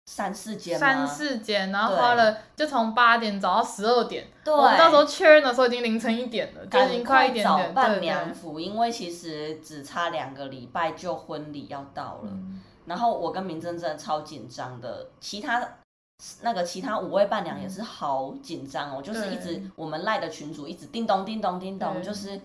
S2: 三四间吗
S1: 三四间，然后
S2: 对
S1: 花了就从八点找到十二点，
S2: 对，
S1: 我们到时候确认的时候已经凌晨一点了，就已
S2: 赶
S1: 经
S2: 快
S1: 一点
S2: 找
S1: 点。对
S2: 伴
S1: 对
S2: 娘服，因为其实只差两个礼拜就婚礼要到了。
S1: 嗯
S2: 然后我跟明真真的超紧张的，其他那个其他五位伴娘也是好紧张哦，就是一直我们赖的群主一直叮咚叮咚叮咚，
S1: 嗯对
S2: 就是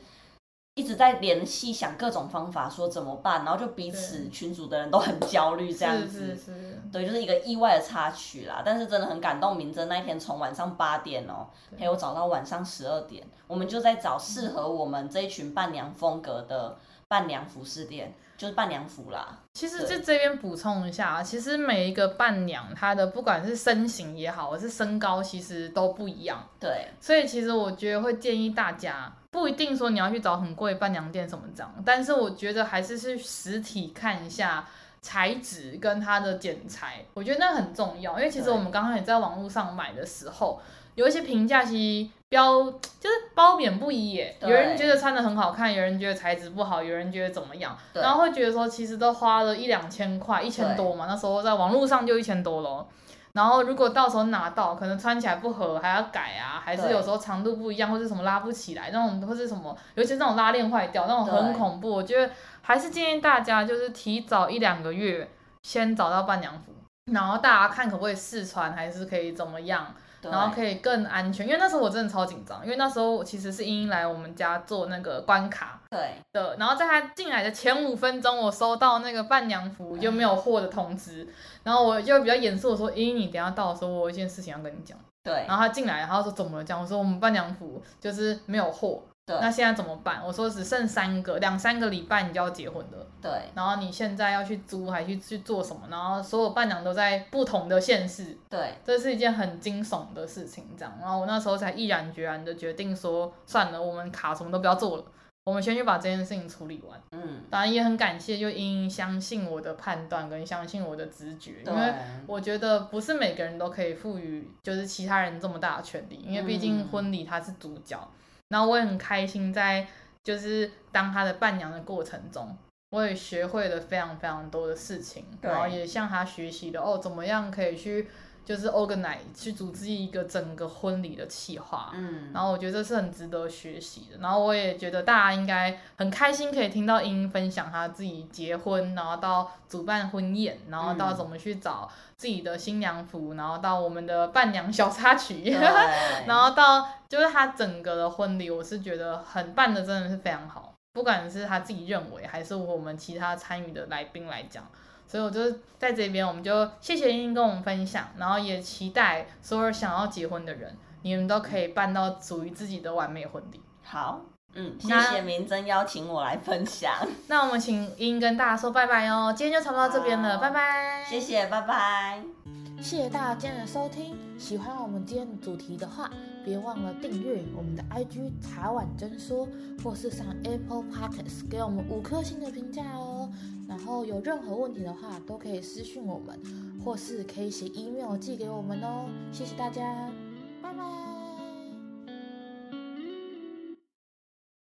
S2: 一直在联系，想各种方法说怎么办，然后就彼此
S1: 对
S2: 群主的人都很焦虑这样
S1: 是
S2: 子
S1: 是。是，
S2: 对，就是一个意外的插曲啦，但是真的很感动。明真那一天从晚上八点哦、
S1: 对
S2: 陪我找到晚上十二点，我们就在找适合我们这一群伴娘风格的伴娘服饰店，就是伴娘服啦。
S1: 其实
S2: 对
S1: 就这边补充一下啊，其实每一个伴娘她的不管是身形也好，或是身高，其实都不一样。
S2: 对，
S1: 所以其实我觉得会建议大家，不一定说你要去找很贵的伴娘店什么这样，但是我觉得还是去实体看一下材质跟它的剪裁，我觉得那很重要。因为其实
S2: 对
S1: 我们刚开始在网络上买的时候，有一些评价其实标就是褒贬不一耶，有
S2: 对
S1: 人觉得穿的很好看，有人觉得材质不好，有人觉得怎么样，
S2: 对
S1: 然后会觉得说其实都花了一两千块，一千
S2: 对
S1: 多嘛，那时候在网络上就一千多咯。然后如果到时候拿到，可能穿起来不合，还要改啊，还是
S2: 对
S1: 有时候长度不一样，或是什么拉不起来那种，或是什么，尤其是那种拉链坏掉那种很
S2: 对
S1: 恐怖。我觉得还是建议大家就是提早一两个月先找到伴娘服，然后大家看可不可以试穿，还是可以怎么样，
S2: 对
S1: 然后可以更安全。因为那时候我真的超紧张，因为那时候我其实是英英来我们家做那个关卡
S2: 对
S1: 的，然后在她进来的前五分钟，我收到那个伴娘服就没有货的通知，然后我就比较严肃的说：“英英，你等一下到的时候，我有一件事情要跟你讲。”
S2: 对
S1: 然后他进来，然后说怎么了？这样我说我们伴娘服就是没有货，
S2: 对
S1: 那现在怎么办？我说只剩三个，两三个礼拜你就要结婚了，
S2: 对
S1: 然后你现在要去租还去去做什么？然后所有伴娘都在不同的县市，
S2: 对
S1: 这是一件很惊悚的事情。这样，然后我那时候才毅然决然的决定说，算了，我们卡什么都不要做了。我们先去把这件事情处理完，
S2: 嗯，
S1: 当然也很感谢，就英英相信我的判断跟相信我的直觉，因为
S2: 对
S1: 我觉得不是每个人都可以赋予就是其他人这么大的权利，因为毕竟
S2: 嗯
S1: 婚礼他是主角。然后我也很开心，在就是当他的伴娘的过程中，我也学会了非常非常多的事情，
S2: 对
S1: 然后也向他学习了哦，怎么样可以去就是 organize 去组织一个整个婚礼的企划。
S2: 嗯，
S1: 然后我觉得这是很值得学习的，然后我也觉得大家应该很开心可以听到英英分享她自己结婚，然后到主办婚宴，然后到
S2: 嗯
S1: 怎么去找自己的新娘服，然后到我们的伴娘小插 曲，
S2: 对
S1: 然后到就是她整个的婚礼，我是觉得很办的真的是非常好，不管是她自己认为还是我们其他参与的来宾来讲。所以我就在这边，我们就谢谢英英跟我们分享，然后也期待所有想要结婚的人，你们都可以办到属于自己的完美婚礼。
S2: 好，嗯，谢
S1: 那
S2: 谢明真邀请我来分享，
S1: 那我们请英英跟大家说拜拜哦，今天就差不多到这边了，
S2: 好
S1: 拜拜，
S2: 谢谢，拜拜。
S3: 谢谢大家今天的收听。喜欢我们今天的主题的话，别忘了订阅我们的 IG 茶碗真说，或是上 Apple Podcast 给我们五颗星的评价哦。然后有任何问题的话，都可以私讯我们，或是可以写 email 寄给我们哦。谢谢大家，拜拜。